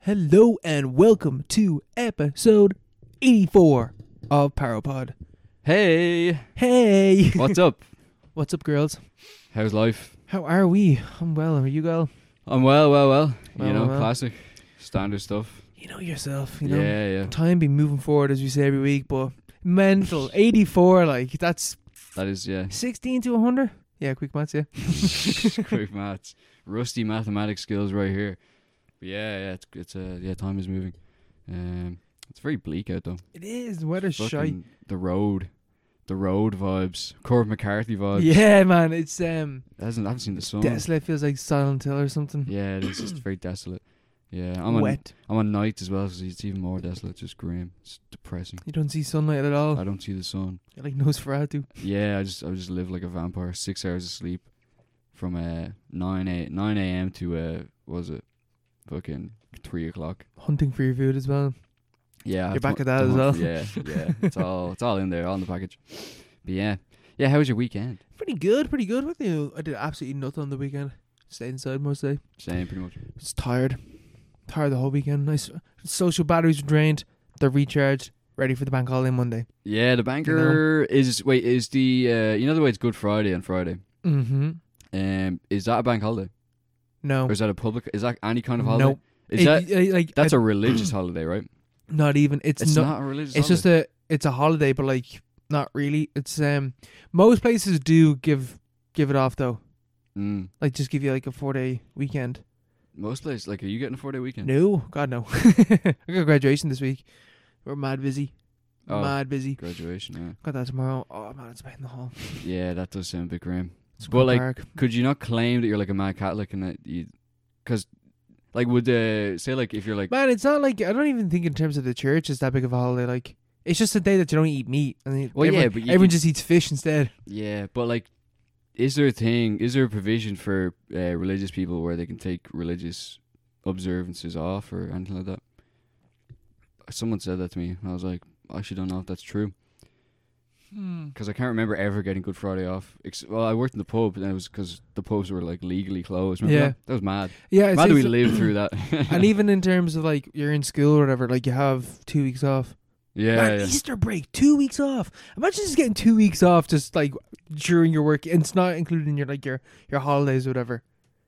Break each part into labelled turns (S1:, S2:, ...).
S1: Hello and welcome to episode 84 of Paropod.
S2: Hey,
S1: Hey!
S2: what's up?
S1: What's up, girls?
S2: How's life?
S1: How are we? I'm well. Are you well?
S2: I'm well, well, well.
S1: Well,
S2: you know,
S1: well, well.
S2: classic, standard stuff.
S1: You know yourself, you know?
S2: yeah, yeah.
S1: Time be moving forward as we say every week, but mental. 84, like, that's
S2: That is yeah.
S1: 16 to 100? Yeah, quick maths, yeah.
S2: Quick maths, rusty mathematics skills right here. But yeah, yeah. It's, it's uh, yeah. Time is moving. Um, it's very bleak out though.
S1: It is. The weather's shy.
S2: Fucking The road, the road vibes. Corv McCarthy vibes.
S1: Yeah, man. It's, um,
S2: I haven't, I haven't seen the sun.
S1: desolate. Feels like Silent Hill or something.
S2: Oh. yeah, it's just very desolate. Yeah, I'm on
S1: Wet.
S2: I'm on night as well, so it's even more desolate. It's just grim. It's depressing.
S1: You don't see sunlight at all.
S2: I don't see the sun.
S1: You're like Nosferatu.
S2: Yeah, I just I would just live like a vampire. Six hours of sleep from uh nine a nine a.m. to uh what was it fucking three o'clock.
S1: Hunting for your food as well.
S2: Yeah, I
S1: You're
S2: have
S1: back
S2: to-
S1: at that
S2: to
S1: as
S2: hunt-
S1: well.
S2: Yeah, yeah, it's all it's all in there, all in the package. But yeah, yeah. How was your weekend?
S1: Pretty good, pretty good. What do I did absolutely nothing on the weekend. Stayed inside most day.
S2: Same, pretty much.
S1: Just tired. Tired the whole weekend. Nice social batteries were drained. They're recharged. Ready for the bank holiday Monday.
S2: Yeah, the banker is wait is the uh, you know the way it's Good Friday on Friday.
S1: Mm-hmm.
S2: Um, is that a bank holiday
S1: No.
S2: or is that a public? Is that any kind of holiday?
S1: Nope.
S2: Is
S1: It-
S2: that
S1: uh, like
S2: that's
S1: uh,
S2: a religious holiday, right?
S1: not even it's,
S2: It's
S1: no-
S2: not a religious.
S1: it's just
S2: holiday.
S1: a it's a holiday, but like not really. It's um most places do give give it off though.
S2: Mm.
S1: Like just give you like a four day weekend.
S2: Most places, like, are you getting a four day weekend?
S1: No, God no. I got graduation this week. We're mad busy.
S2: Oh.
S1: Mad busy.
S2: Graduation,
S1: Got that tomorrow. Oh man, it's waiting in the hall.
S2: yeah. yeah, that does sound a bit grim.
S1: It's
S2: But, like,
S1: dark.
S2: Could you not claim that you're like a mad Catholic and that you, because, like, would uh, say like if you're like,
S1: man, it's not like I don't even think in terms of the church it's that big of a holiday. Like, it's just a day that you don't eat meat, and then
S2: Well, yeah,
S1: everyone,
S2: but you-
S1: everyone
S2: you-
S1: just eats fish instead.
S2: yeah, but like, is there a thing? Is there a provision for uh, religious people where they can take religious observances off or anything like that? Someone said that to me. and I was like, I actually don't know if that's true because I can't remember ever getting Good Friday off. Ex- well, I worked in the pub and it was because the pubs were like legally closed. Remember
S1: Yeah.
S2: that? that was mad.
S1: Yeah, it's,
S2: Mad that we
S1: it's-
S2: lived through that.
S1: and even in terms of like you're in school or whatever, like you have two weeks off.
S2: yeah,
S1: Man,
S2: yeah.
S1: Easter break, two weeks off. Imagine just getting two weeks off just like during your work, and it's not including your like your your holidays or whatever.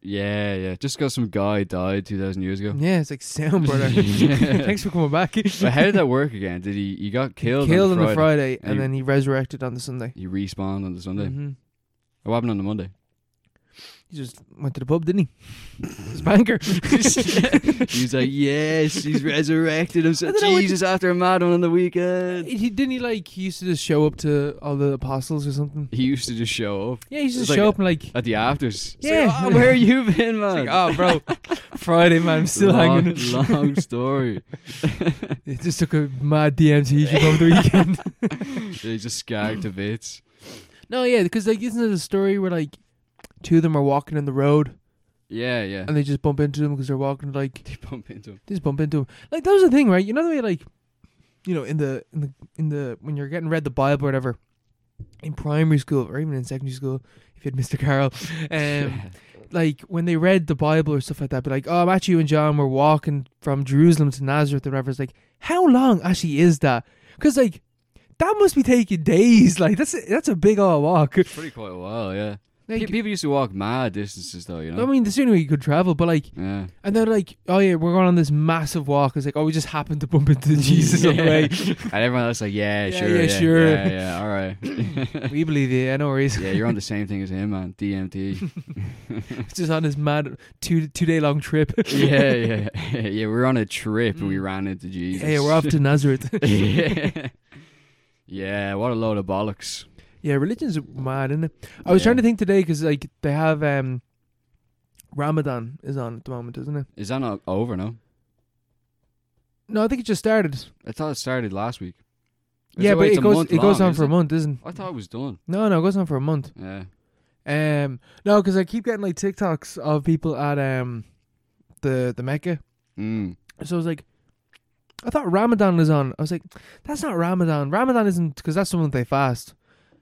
S2: Yeah, yeah. Just because some guy died two thousand years ago.
S1: Yeah, it's like sound, brother.
S2: Yeah.
S1: Thanks for coming back.
S2: but how did that work again? Did he? He got killed.
S1: Killed on
S2: on, the
S1: the Friday,
S2: And
S1: and
S2: you-
S1: then he resurrected on the Sunday.
S2: He respawned on the Sunday.
S1: Mm-hmm.
S2: What happened on the Monday?
S1: He just went to the pub, didn't he? His banker.
S2: He's like, yes, he's resurrected. I'm
S1: I
S2: so
S1: don't know what-
S2: Jesus after a mad one on the weekend.
S1: He didn't he like he used to just show up to all the apostles or something.
S2: He used to just show up
S1: Yeah, he used to
S2: It's
S1: just
S2: like
S1: show
S2: a-
S1: up and like,
S2: at the afters. It's
S1: Yeah.
S2: like, "Oh, where you been, man?
S1: like, oh bro, Friday man, I'm still
S2: long,
S1: hanging.
S2: Long story.
S1: It just took a mad DM to Egypt over the weekend.
S2: they just scagged to bits.
S1: no, yeah, because like isn't it a story where like two of them are walking in the road
S2: Yeah, yeah.
S1: and they just bump into them because they're walking like
S2: They bump into him.
S1: they just bump into them. Like that was the thing, right? You know the way like, you know in the in the in the when you're getting read the Bible or whatever. In primary school or even in secondary school, if you had Mr. Carroll, um,
S2: Yeah.
S1: like when they read the Bible or stuff like that, but like, oh, Matthew and John were walking from Jerusalem to Nazareth or whatever. It's like, how long actually is that? Because like, that must be taking days. Like that's a, that's a big old walk.
S2: Pretty quite a while, yeah. Pe-
S1: Like,
S2: people used to walk mad distances though, you know.
S1: I mean, the sooner you could travel, but like,
S2: yeah.
S1: and they're like, oh yeah, we're going on this massive walk. It's like, oh, we just happened to bump into Jesus on the way.
S2: and everyone else like, yeah,
S1: Yeah,
S2: sure,
S1: yeah,
S2: yeah,
S1: sure.
S2: yeah, yeah, all right.
S1: We believe you. Yeah, no worries.
S2: yeah, you're on the same thing as him, man. DMT.
S1: just on this mad two two day long trip.
S2: yeah, yeah, yeah. We were on a trip and we ran into Jesus.
S1: yeah, yeah, Mm. we're off to Nazareth.
S2: yeah. yeah, what a load of bollocks.
S1: Yeah, religion's mad, isn't it? I was
S2: Yeah.
S1: trying to think today because like they have um, Ramadan is on at the moment, isn't it?
S2: Is that not over? No,
S1: No, I think it just started.
S2: I thought it started last week. Is
S1: yeah,
S2: wait,
S1: but
S2: it's
S1: it
S2: a
S1: goes
S2: month
S1: it goes
S2: long,
S1: on
S2: is
S1: for a
S2: it?
S1: month, isn't?
S2: I thought it was done.
S1: No, no, it goes on for a month.
S2: Yeah,
S1: Um, no, because I keep getting like TikToks of people at um, the the Mecca.
S2: mm.
S1: So I was like, I thought Ramadan was on. I was like, that's not Ramadan. Ramadan isn't because that's the one they fast.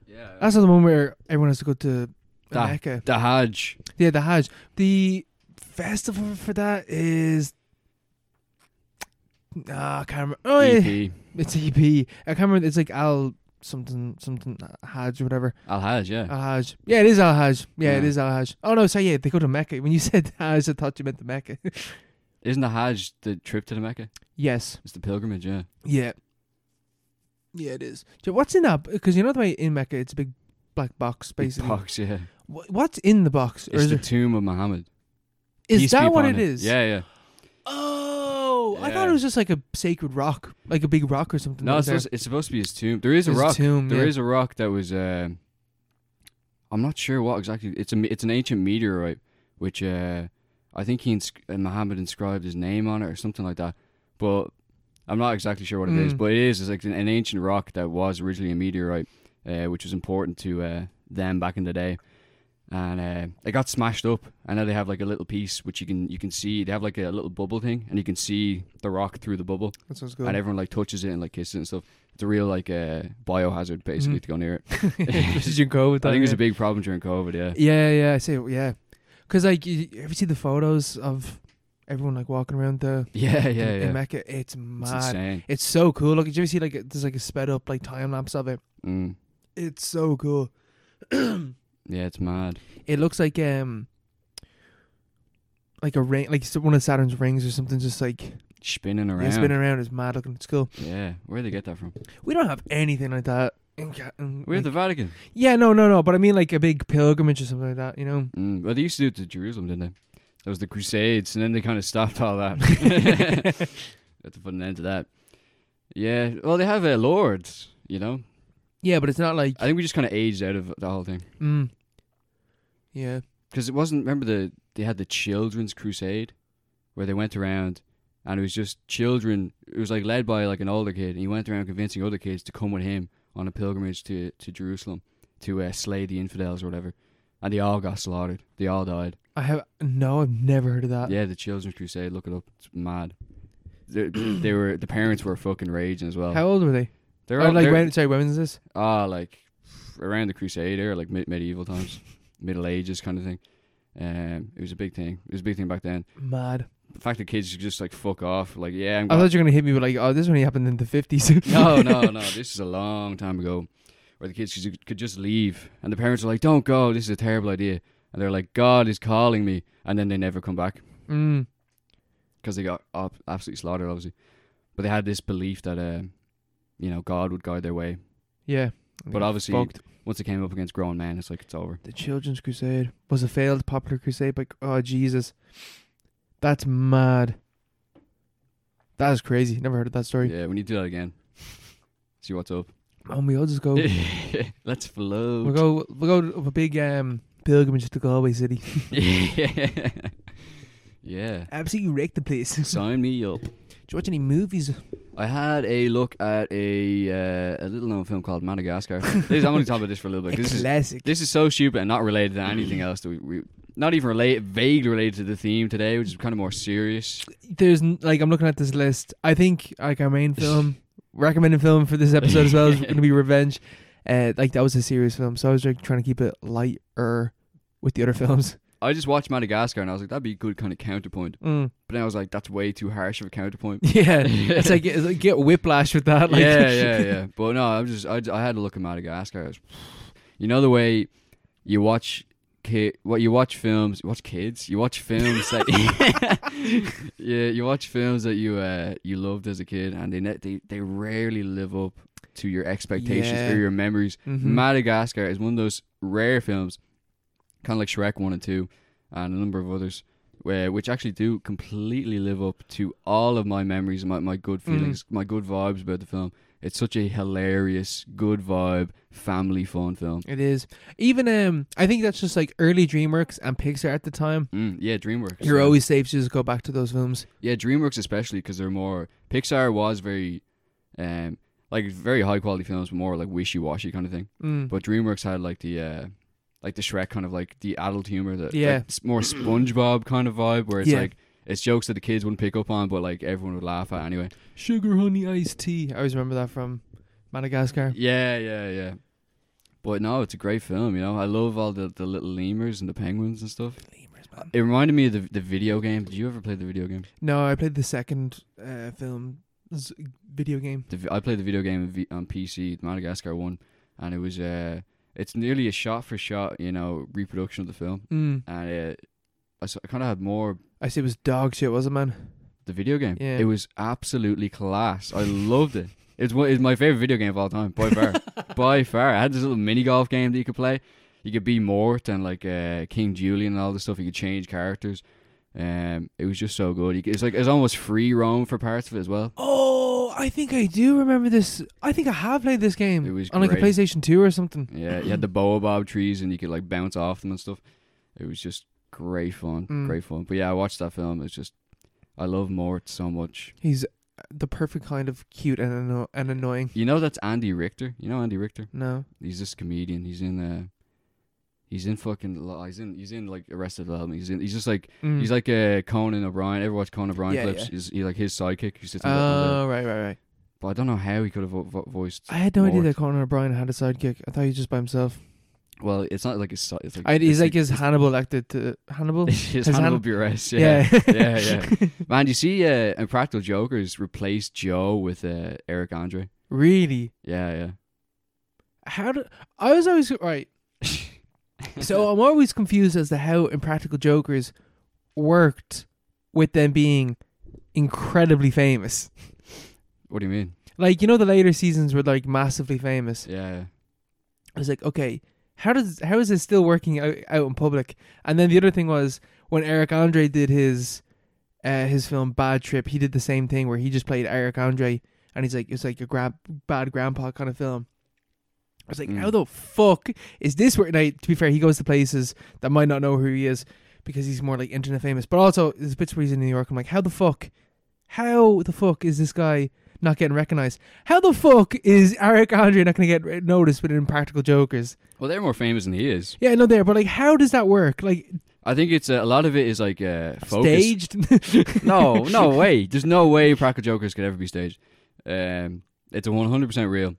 S2: yeah.
S1: That's not the one where everyone has to go to
S2: That-
S1: Mecca.
S2: the Hajj.
S1: Yeah, the Hajj. The festival for that is Ah, I can't remember. Oh, yeah.
S2: EP
S1: It's EP. I can't remember. It's like Al something, something Hajj or whatever.
S2: Al Haj, yeah.
S1: Al Hajj. Yeah, it is Al Hajj. Yeah, it
S2: Yeah.
S1: is Al Haj. Oh, no, sorry. Yeah, they go to Mecca. When you said Hajj, I thought you meant the Mecca.
S2: Isn't the Haj the trip to the Mecca?
S1: yes.
S2: It's the pilgrimage, yeah.
S1: Yeah. Yeah, it is. So What's in that? Because you know the way in Mecca, it's a big black box,
S2: Big
S1: basically.
S2: box, yeah.
S1: Wh- What's in the box? Or
S2: It's
S1: is,
S2: the
S1: it-
S2: tomb of Muhammad.
S1: is
S2: Peace be
S1: that what
S2: upon
S1: it
S2: him.
S1: is?
S2: Yeah, yeah.
S1: Oh, I thought
S2: Yeah.
S1: it was just like a sacred rock, like a big rock or something.
S2: No,
S1: that was
S2: it's
S1: there.
S2: supposed, it's supposed to be his tomb. There is a
S1: His
S2: rock.
S1: tomb,
S2: There is
S1: yeah.
S2: a rock that was. um I'm not sure what exactly. It's a me- it's an ancient meteorite, which uh, I think he insc- uh, Muhammad inscribed his name on it or something like that. But I'm not exactly sure what it is.
S1: Mm.
S2: But it is it's like an, an ancient rock that was originally a meteorite, uh, which was important to uh, them back in the day. And uh, it got smashed up, and now they have like a little piece which you can you can see. They have like a little bubble thing, and you can see the rock through the bubble
S1: That sounds good.
S2: and everyone like touches it and like kisses it and stuff. It's a real like uh, biohazard basically
S1: Mhm.
S2: to go near it.
S1: Did you go with
S2: I
S1: that?
S2: think it was
S1: yeah.
S2: a big problem during COVID. Yeah,
S1: Yeah, yeah, I see. Yeah, because like you, you ever see the photos of everyone like walking around the
S2: yeah,
S1: in-
S2: yeah,
S1: in,
S2: yeah.
S1: Mecca? It's
S2: It's
S1: mad. It's,
S2: insane.
S1: so cool. Look, did you ever see like a- there's like a sped up like time lapse of it?
S2: Mm.
S1: It's so cool. it
S2: Yeah, it's mad.
S1: looks like um like a ring, like s- one of Saturn's rings or something, just like
S2: Spinning
S1: yeah,
S2: around. Yeah,
S1: spinning around. It's mad looking. It's cool.
S2: where they get that from?
S1: We don't have anything like that. In Ca- in,
S2: We're
S1: like-
S2: the Vatican.
S1: yeah, no, no, no. But I mean, like a big pilgrimage or something like that. You know.
S2: Mm. Well, they used to do it to Jerusalem, didn't they? That was the Crusades, and then they kind of stopped all that. Had to put an end to that. Yeah. Well, they have uh, lords. You know,
S1: Yeah, but it's not like.
S2: I think we just kind of aged out of the whole thing
S1: Mm, yeah.
S2: because it wasn't. Remember the they had the children's crusade, where they went around, and it was just children. It was like led by like an older kid, and he went around convincing other kids to come with him on a pilgrimage to to Jerusalem to uh, slay the infidels or whatever. And they all got slaughtered. They all died.
S1: I have no, I've never heard of that.
S2: yeah, the children's crusade. Look it up. It's mad. They, they were the parents were fucking raging as well.
S1: How old were they?
S2: they're
S1: Or
S2: all,
S1: like
S2: they're-
S1: when? Sorry, when was this?
S2: Ah, like around the Crusade era, like mid- medieval times, Middle Ages kind of thing. Um, it was a big thing. It was a big thing back then.
S1: Mad.
S2: The fact that kids could just like fuck off, like yeah, I'm
S1: I
S2: going
S1: thought you were gonna hit me with like, oh, this only happened in the fifties.
S2: no, no, no. This is a long time ago, where the kids could- could just leave, and the parents were like, "Don't go. This is a terrible idea." And they're like, "God is calling me," and then they never come back
S1: Mm.
S2: because they got ab- absolutely slaughtered, obviously. But they had this belief that, um, you know, God would guide their way.
S1: Yeah.
S2: But obviously,
S1: fucked.
S2: once it came up against grown men, it's like it's over.
S1: the Children's Crusade was a failed popular crusade. Like, oh Jesus, that's mad. That is crazy. Never heard of that story.
S2: Yeah, we need to do that again. See what's up.
S1: And we all just go,
S2: Let's float.
S1: we'll go, we'll go of a big um pilgrimage to Galway City.
S2: yeah. yeah.
S1: Absolutely wreck the place. Do
S2: Sign me up.
S1: you watch any movies?
S2: I had a look at a uh, a little known film called Madagascar. This- I'm going to talk about this for a little bit.
S1: a
S2: This is
S1: classic.
S2: this is so stupid and not related to anything else that we, we not even related vaguely related to the theme today, which is kind of more serious.
S1: there's n- like I'm looking at this list. I think like our main film, recommended film for this episode as well is going to be Revenge. Uh, like that was a serious film, so I was like trying to keep it lighter with the other films.
S2: I just watched Madagascar and I was like, that'd be a good kind of counterpoint.
S1: Mm.
S2: But then I was like, that's way too harsh of a counterpoint.
S1: Yeah, it's like, it's like get whiplash with that. Like,
S2: yeah, yeah, yeah. But no, I'm just I, I had a look at Madagascar. I was- you know the way you watch kid, what you watch films, you watch kids, you watch films that yeah, you watch films that you uh you loved as a kid, and they ne- they they rarely live up to your expectations
S1: Yeah.
S2: or your memories.
S1: Mhm.
S2: Madagascar is one of those rare films, kind of like Shrek one and two, uh, and a number of others, where which actually do completely live up to all of my memories, and my my good
S1: Mm-hmm.
S2: feelings, my good vibes about the film. It's such a hilarious, good vibe, family fun film.
S1: It is even um. I think that's just like early DreamWorks and Pixar at the time.
S2: Mm, yeah, DreamWorks.
S1: You're
S2: yeah.
S1: always safe to just go back to those films.
S2: yeah, DreamWorks especially because they're more Pixar was very, um, like very high quality films, but more like wishy washy kind of thing.
S1: Mm.
S2: But DreamWorks had like the uh like the Shrek kind of like the adult humor that
S1: Yeah.
S2: like, s- more SpongeBob kind of vibe where it's
S1: Yeah.
S2: like it's jokes that the kids wouldn't pick up on but like everyone would laugh at anyway.
S1: Sugar honey iced tea. I always remember that from Madagascar.
S2: Yeah, yeah, yeah. But no, it's a great film, you know. I love all the, the little lemurs and the penguins and stuff.
S1: Lemurs, man.
S2: It reminded me of the the video game. Did you ever play the video game?
S1: No, I played the second uh, film, z- video game.
S2: The, vi- I played the video game vi- on PC, Madagascar one, and it was uh, it's nearly a shot for shot, you know, reproduction of the film,
S1: Mm.
S2: and uh, I, s- I kind of had more
S1: I say it was dog shit, was it, man?
S2: the video game.
S1: Yeah.
S2: It was absolutely class. I loved it. It's one, it's my favorite video game of all time by far, by far. I had this little mini golf game that you could play. You could be Mort and like uh, King Julian and all this stuff. You could change characters. Um, it was just so good. You could, it's like it's almost free roam for parts of it as well.
S1: Oh, I think I do remember this. I think I have played this game
S2: It was
S1: on like a
S2: great.
S1: PlayStation Two or something.
S2: Yeah, you had the baobab trees and you could like bounce off them and stuff. It was just great fun,
S1: Mm.
S2: great fun. But yeah, I watched that film. It's just I love Mort so much.
S1: He's uh, the perfect kind of cute and anno- and annoying.
S2: You know that's Andy Richter. You know Andy Richter.
S1: No,
S2: He's this comedian. He's in uh he's in fucking lo- he's in he's in like Arrested Development. He's in he's just like
S1: Mm.
S2: he's like uh Conan O'Brien. Ever watch Conan O'Brien
S1: Yeah,
S2: clips?
S1: yeah.
S2: He's he like his sidekick. He sits on the- on the-
S1: oh right, right, right.
S2: but I don't know how he could have vo- vo- voiced.
S1: I had no idea
S2: Mort.
S1: that Conan O'Brien had a sidekick. I thought he was just by himself.
S2: Well, it's not like his si- it's like
S1: I, he's
S2: it's
S1: like his Hannibal acted to Hannibal.
S2: his, his
S1: his
S2: Hannibal
S1: hand-
S2: Buress.
S1: Yeah,
S2: yeah, yeah. Man, do you see uh, Impractical Jokers replaced Joe with uh, Eric Andre?
S1: really.
S2: Yeah,
S1: How do I was always right?
S2: yeah.
S1: So um, I'm always confused as to how Impractical Jokers worked with them being incredibly famous.
S2: what do you mean?
S1: Like you know, the later seasons were like massively famous.
S2: Yeah,
S1: I was like, okay, how does how is this still working out, out in public? And then the other thing was when Eric Andre did his uh, his film Bad Trip, he did the same thing where he just played Eric Andre, and he's like, it's like a gra- bad grandpa kind of film. I was like,
S2: Mm.
S1: how the fuck is this working? Now, to be fair, he goes to places that might not know who he is because he's more like internet famous. But also, there's bits where he's in New York. I'm like, how the fuck, how the fuck is this guy not getting recognized? How the fuck is Eric Andre not going to get re- noticed with Impractical Jokers?
S2: well, they're more famous than he is.
S1: Yeah, no, there. But like, how does that work? Like,
S2: I think it's uh, a lot of it is like uh, focus.
S1: staged?
S2: no, no way. There's no way Practical Jokers could ever be staged. Um, it's a 100% real.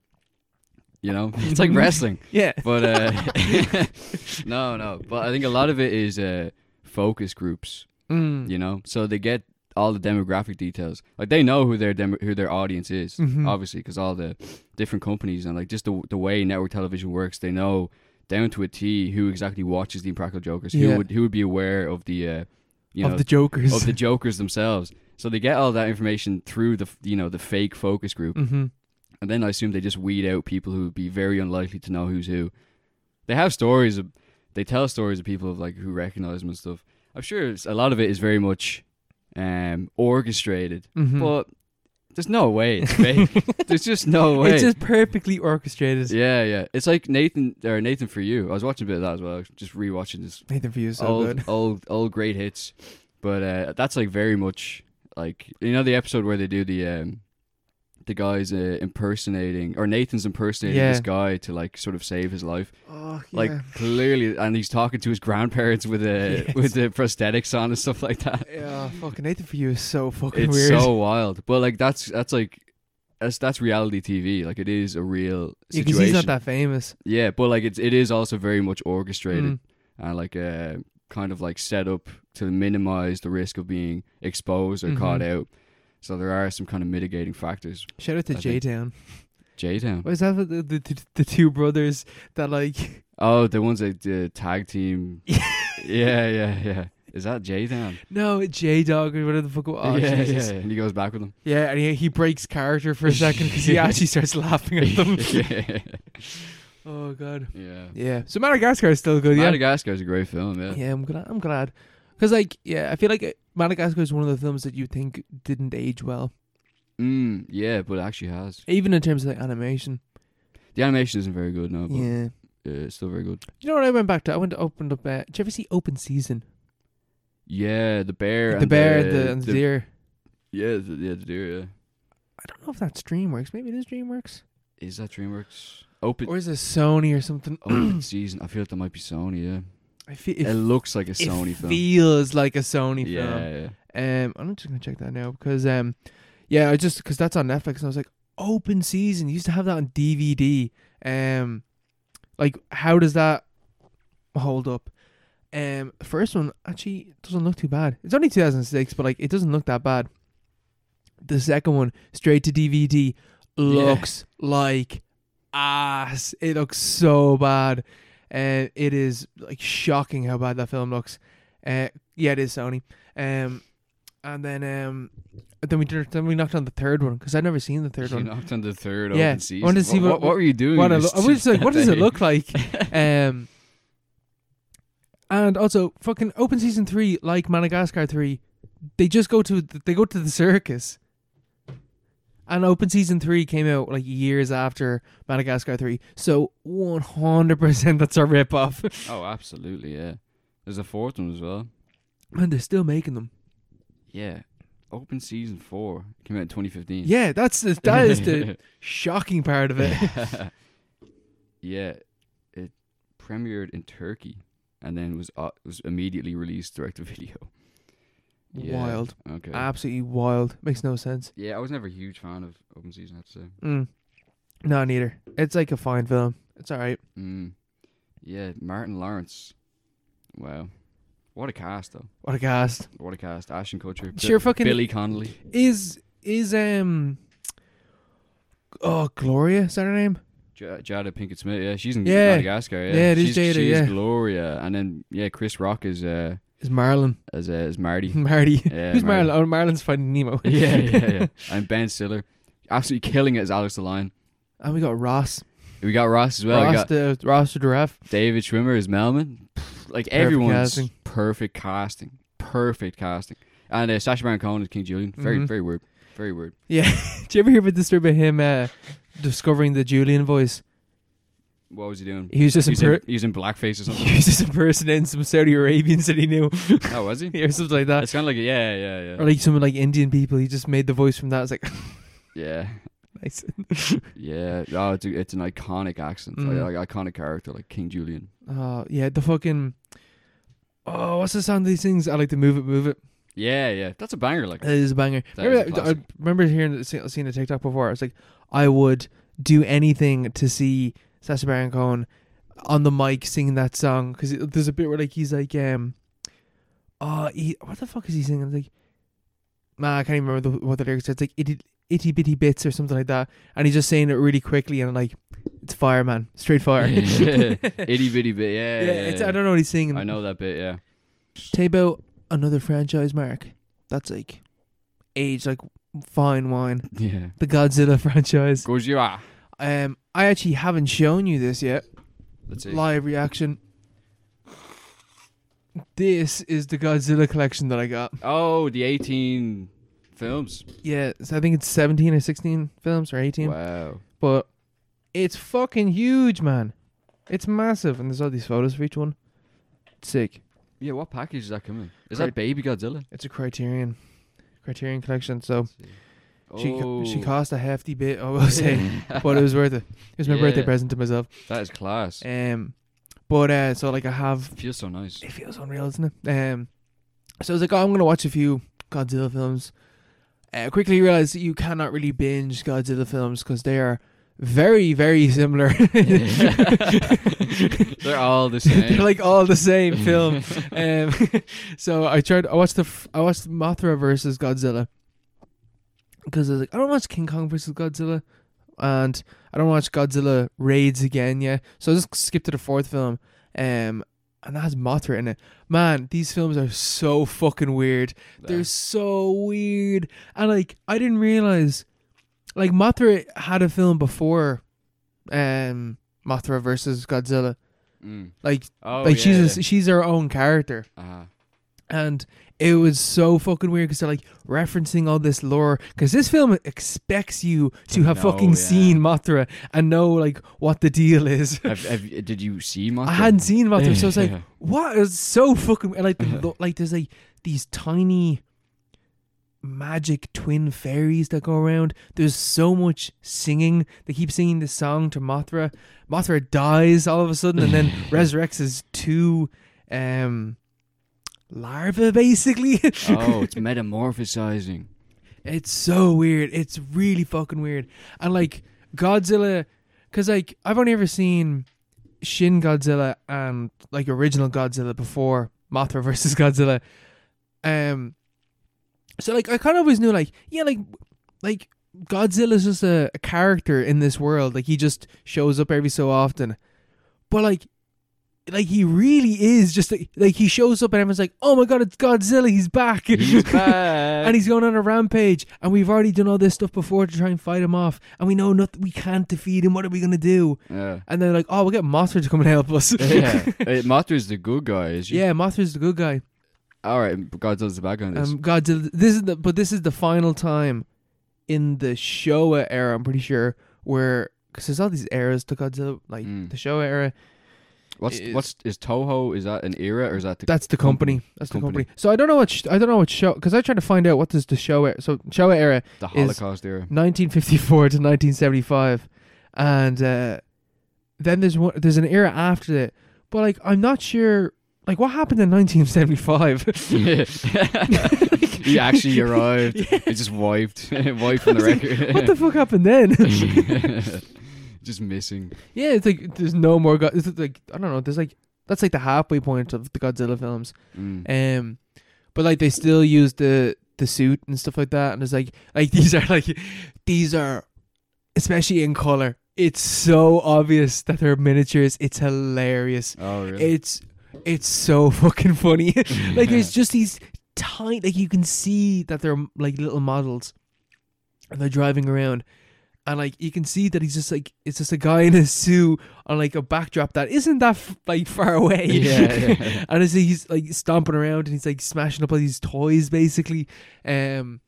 S2: You know, it's like wrestling.
S1: yeah.
S2: But uh, no, no. But I think a lot of it is uh, focus groups.
S1: Mm.
S2: you know so they get all the demographic details like they know who their demo who their audience is obviously 'cause
S1: Mhm.
S2: obviously because all the different companies and like just the, the way network television works they know down to a t who exactly watches the impractical jokers who
S1: Yeah.
S2: would who would be aware of the uh, you know
S1: of the Jokers.
S2: of the jokers themselves so they get all that information through the f- you know the fake focus group
S1: mm-hmm.
S2: and then i assume they just weed out people who would be very unlikely to know who's who they have stories of they tell stories of people of like who recognize them and stuff i'm sure it's, a lot of it is very much um orchestrated
S1: Mm-hmm.
S2: but there's no way it's fake there's just no way
S1: It's just perfectly orchestrated.
S2: yeah yeah it's like nathan or nathan for you i was watching a bit of that as well just rewatching this
S1: Nathan for you is so
S2: old
S1: good.
S2: old old great hits but uh that's like very much like you know the episode where they do the um the guy's uh, impersonating or nathan's impersonating
S1: Yeah.
S2: this guy to like sort of save his life
S1: Oh,
S2: like clearly and he's talking to his grandparents with a
S1: Yes.
S2: with the prosthetics on and stuff like that
S1: Yeah, fucking Nathan for you is so fucking
S2: it's
S1: weird.
S2: so wild but like that's that's like that's that's reality tv like it is a real
S1: because
S2: situation
S1: he's not that famous.
S2: yeah but like it's it is also very much orchestrated
S1: Mm.
S2: and like uh, kind of like set up to minimize the risk of being exposed or caught
S1: Mm-hmm.
S2: out. So there are some kind of mitigating factors.
S1: Shout out
S2: I
S1: to
S2: think-
S1: J Town.
S2: J Town.
S1: Was that the, the the the two brothers that like?
S2: Oh, the ones that uh, tag team. yeah, yeah, yeah. Is that J Town?
S1: No, J Dog or whatever the fuck. it was. Oh,
S2: yeah,
S1: Jesus.
S2: yeah. And he goes back with them.
S1: Yeah, and he, he breaks character for a second because he
S2: Yeah.
S1: actually starts laughing at them.
S2: yeah.
S1: oh god.
S2: yeah.
S1: Yeah. So Madagascar is still good. Yeah.
S2: Madagascar is a great film. Yeah.
S1: yeah, I'm glad. I'm glad. Cause like, yeah, I feel like uh, Madagascar is one of the films that you think didn't age well,
S2: Mm, yeah, but it actually has.
S1: even in terms of like animation.
S2: The animation isn't very good now, but
S1: Yeah.
S2: uh, it's still very good.
S1: You know what I went back to? I went to opened up. Uh, did you ever see Open Season?
S2: Yeah, the bear.
S1: the
S2: and
S1: bear, and the, and the deer.
S2: Yeah, the, yeah, the deer. Yeah.
S1: I don't know if that's DreamWorks. Maybe it is DreamWorks,
S2: Is that DreamWorks? Open
S1: or is it Sony or something?
S2: open season. I feel Oh, like that might be Sony. Yeah,
S1: I feel
S2: it
S1: it,
S2: looks like a
S1: it
S2: Sony film.
S1: feels like a Sony film.
S2: yeah,
S1: Um, I'm just gonna check that now because um, yeah, I just because that's on Netflix and I was like, Open Season. You used to have that on DVD. Um, like how does that hold up? Um, first one actually doesn't look too bad. It's only 2006, but like it doesn't look that bad. the second one straight to DVD looks like ass. It looks so bad, and it is like shocking how bad that film looks. Uh, yeah, it is Sony. Um, and then um, then we did, then we knocked on the third one because I'd never seen the third
S2: you
S1: one.
S2: knocked on the third
S1: Yeah,
S2: open season.
S1: I wanted to see
S2: what,
S1: what-
S2: what, what were you doing?
S1: What, it
S2: this-
S1: lo- I was just like, what does
S2: that
S1: it
S2: day?
S1: look like? um, and also, fucking open season three, like Madagascar three, they just go to the, they go to the circus. And open season three came out like years after Madagascar three, so one hundred percent that's a rip off.
S2: Oh, absolutely, yeah. There's a fourth one as well.
S1: and they're still making them.
S2: Yeah, open season four came out in 2015.
S1: Yeah, that's the, that is the shocking part of it.
S2: yeah, it premiered in Turkey and then was uh, was immediately released direct to video. Yeah.
S1: Wild,
S2: Okay.
S1: absolutely wild. Makes no sense.
S2: yeah, I was never a huge fan of open season. I have to say.
S1: Mm. No, neither. It's like a fine film. It's all right.
S2: Mm. Yeah, Martin Lawrence. Wow, what a cast though.
S1: What a cast.
S2: What a cast. Ashton Kutcher.
S1: Sure fucking-
S2: Billy Connolly.
S1: Is is um Oh Gloria, is that her name?
S2: J- Jada Pinkett Smith. Yeah, she's in
S1: Yeah.
S2: Madagascar. Yeah,
S1: Yeah, it is
S2: she's,
S1: Jada,
S2: She's
S1: yeah.
S2: Gloria, and then yeah, Chris Rock is uh
S1: Is Marlon.
S2: as uh, as Marty.
S1: Marty.
S2: Yeah,
S1: Who's
S2: Marlon.
S1: Marlon? Oh Marlon's finding Nemo.
S2: yeah, yeah, yeah. And Ben Stiller, absolutely killing it as Alex Line.
S1: and we got Ross.
S2: We got Ross as well.
S1: Ross
S2: we got
S1: the Ross the giraffe.
S2: David Schwimmer as Melman. Pff, Like everyone's
S1: casting.
S2: perfect casting, perfect casting. And uh, Sacha Baron Cohen as King Julian. Very,
S1: Mhm.
S2: very weird. Very weird.
S1: Did you ever hear about this story about him uh, discovering the Julian voice?
S2: What was he doing?
S1: He was just
S2: He was, in,
S1: imper-
S2: he was in blackface or something.
S1: he was just impersonating some Saudi Arabians that he knew
S2: oh, was he?
S1: or something like that.
S2: It's kind of like yeah, yeah,
S1: Or
S2: yeah,
S1: like some like Indian people, he just made the voice from that. It's like
S2: yeah.
S1: nice.
S2: Yeah, oh, it's, a, it's an iconic accent,
S1: Mm.
S2: like, like iconic character, like King Julian.
S1: Oh yeah, the fucking Oh, what's the sound of these things? I like to move it, move it.
S2: Yeah, yeah, that's a banger. Like,
S1: It is a banger.
S2: That
S1: remember,
S2: is a
S1: that- I
S2: classic.
S1: remember hearing see- seeing the TikTok before. I was like, I would do anything to see Sacha Baron Cohen on the mic singing that song because there's a bit where like he's like, um, oh, he, what the fuck is he singing? It's like, nah, I can't even remember the, what the lyrics. Are. It's like itty, itty bitty bits or something like that, and he's just saying it really quickly and like, it's fire, man, straight fire.
S2: Yeah. itty bitty bit. Yeah,
S1: Yeah,
S2: yeah,
S1: it's,
S2: yeah.
S1: I don't know what he's singing.
S2: I know that bit. Yeah,
S1: Tabo, another franchise mark. That's like age like fine wine.
S2: yeah.
S1: The Godzilla franchise.
S2: Gojira.
S1: Um, I actually haven't shown you this yet.
S2: Let's see.
S1: Live reaction. This is the Godzilla collection that I got.
S2: Oh, the eighteen films.
S1: Yeah, so I think it's 17 or 16 films or 18,
S2: Wow.
S1: but it's fucking huge, man. It's massive, and there's all these photos for each one. Sick.
S2: Yeah, what package is that coming? Is that Baby Godzilla?
S1: It's a Criterion, Criterion collection. So she
S2: Oh.
S1: she cost a hefty bit, I will say. but it was worth it. It was my
S2: Yeah.
S1: birthday present to myself.
S2: that is class.
S1: Um, but uh, so like I have,
S2: Feels so nice.
S1: it feels unreal, doesn't it? Um, so I was like, oh, I'm gonna watch a few Godzilla films. Uh, quickly realized that you cannot really binge Godzilla films because they are very, very similar.
S2: They're all the same. Mm-hmm.
S1: They're like all the same film. um, so I tried. I watched the. f- I watched Mothra versus Godzilla. Because I was like, I don't watch King Kong versus Godzilla, and I don't watch Godzilla raids again. Yeah, so I just skipped to the fourth film. Um. And that has Mothra in it. Man, these films are so fucking weird. They're so weird. And like I didn't realize like Mothra had a film before um Mothra versus Godzilla.
S2: Mm.
S1: Like
S2: Oh,
S1: like
S2: yeah,
S1: she's a,
S2: yeah.
S1: she's her own character
S2: Ah.
S1: and it was so fucking weird because they're like referencing all this lore because this film expects you to have
S2: No,
S1: fucking
S2: yeah.
S1: seen Mothra and know like what the deal is.
S2: have, have, did you see Mothra?
S1: I hadn't seen Mothra, so I was like,
S2: Yeah.
S1: "What is so fucking and, like the, lo- like there's like these tiny magic twin fairies that go around. There's so much singing. They keep singing this song to Mothra. Mothra dies all of a sudden and then resurrects as two um larvae basically.
S2: oh, it's metamorphosizing.
S1: It's so weird. It's really fucking weird. And like Godzilla, because like I've only ever seen Shin Godzilla and like original Godzilla before Mothra versus Godzilla. Um, so like I kind of always knew like yeah like like Godzilla's just a, a character in this world. Like he just shows up every so often, but like, like he really is just like, like he shows up and everyone's like, "Oh my god, it's Godzilla! He's back!"
S2: He's back.
S1: and he's going on a rampage, and we've already done all this stuff before to try and fight him off, and we know nothing. We can't defeat him. What are we gonna do?
S2: yeah.
S1: And they're like, "Oh, we'll get Mothra to come and help us."
S2: yeah. Hey, Mothra's the good guy, is she?
S1: yeah, Mothra's the good guy.
S2: All right, Godzilla's the bad guy in this.
S1: Um, Godzilla. This is the but this is the final time in the Showa era. I'm pretty sure where because there's all these eras to Godzilla, like
S2: Mm.
S1: the Showa era.
S2: what's
S1: is-
S2: what's is Toho? Is that an era or is that the?
S1: That's the company. That's the
S2: company.
S1: company. So I don't know what sh- I don't know what Showa because I tried to find out what does the Showa. So Showa era,
S2: The Holocaust era.
S1: 1954 to 1975, and uh, then there's one there's an era after it. But like I'm not sure. Like what happened in 1975?
S2: Yeah. he actually arrived.
S1: Yeah.
S2: He just wiped, wiped from the
S1: I was like,
S2: record.
S1: what the fuck happened then?
S2: just missing.
S1: Yeah, it's like there's no more. God- it's like I don't know. There's like that's like the halfway point of the Godzilla films.
S2: Mm.
S1: Um, but like they still use the the suit and stuff like that. And it's like like these are like these are especially in color. It's so obvious that they're miniatures. It's hilarious.
S2: Oh really?
S1: It's it's so fucking funny. like there's just these tiny like you can see that they're like little models and they're driving around and like you can see that he's just like it's just a guy in a suit on like a backdrop that isn't that f- like far away
S2: Yeah, yeah.
S1: and it's, he's like stomping around and he's like smashing up all these toys basically um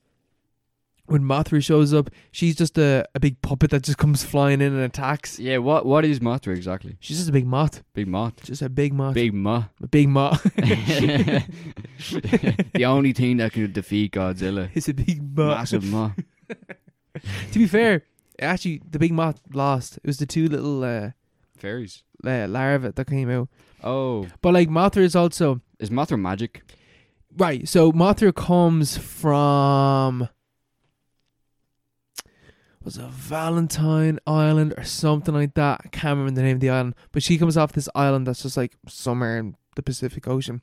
S1: when Mothra shows up she's just a, a big puppet that just comes flying in and attacks
S2: yeah. What what is Mothra exactly?
S1: she's just a big moth
S2: Big moth.
S1: just a big moth
S2: Big moth.
S1: a big moth
S2: the only thing that can defeat Godzilla.
S1: it's a big moth
S2: Massive moth.
S1: To be fair, actually, the big moth lost. It was the two little uh,
S2: Fairies.
S1: uh, larvae that came out.
S2: Oh,
S1: But like Mothra is also
S2: is Mothra magic?
S1: right. So Mothra comes from was it Valentine Island or something like that. I can't remember the name of the island, but she comes off this island that's just like somewhere in the Pacific Ocean,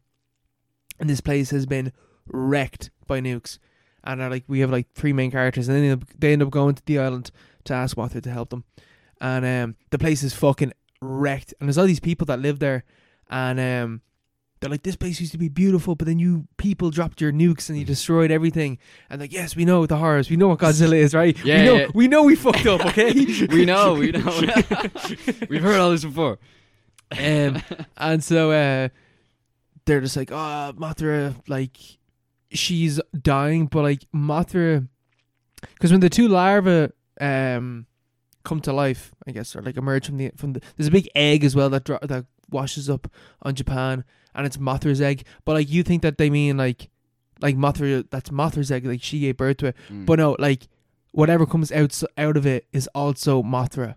S1: and this place has been wrecked by nukes. And are like we have like three main characters, and then they end, up, they end up going to the island to ask Mothra to help them. And um, the place is fucking wrecked, and there's all these people that live there, and um, they're like, this place used to be beautiful, but then you people dropped your nukes
S2: Mm.
S1: and you destroyed everything. And like, yes, we know the horrors, we know what Godzilla is, right?
S2: Yeah,
S1: we know,
S2: yeah.
S1: we know we fucked up, Oh, okay?
S2: We know, we know. We've heard all this before.
S1: Um, and so uh, they're just like, oh, Mothra, like, she's dying, but like, Mothra. Because when the two larvae um, come to life, I guess, or like emerge from the. from the, There's a big egg as well that dro- that washes up on Japan, and it's Mothra's egg. But like, you think that they mean like. Like Mothra, that's Mothra's egg. Like she gave birth to it,
S2: Mm.
S1: but no, like whatever comes out out of it is also Mothra.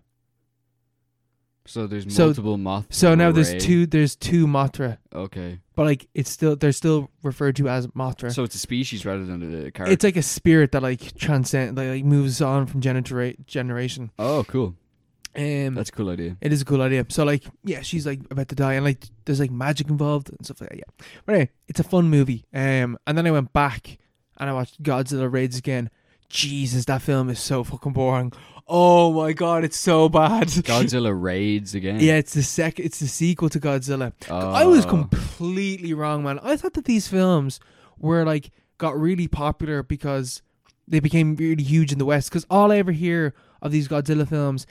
S2: so there's
S1: so-
S2: multiple moth.
S1: So now
S2: Ray.
S1: there's two. There's two Mothra,
S2: Okay,
S1: but like it's still they're still referred to as Mothra.
S2: so it's a species rather than a character.
S1: it's like a spirit that like transcend, like, like moves on from genera- generation.
S2: oh, cool.
S1: Um,
S2: That's a cool idea.
S1: it is a cool idea. So like, yeah, she's like about to die, and like there's like magic involved and stuff like that. Yeah, but anyway, it's a fun movie. Um, and then I went back and I watched Godzilla Raids again. Jesus, that film is so fucking boring. Oh my god, it's so bad.
S2: Godzilla raids again.
S1: yeah, it's the sec. It's the sequel to Godzilla.
S2: Oh.
S1: I was completely wrong, man. I thought that these films were like got really popular because they became really huge in the West. Because all I ever hear of these Godzilla films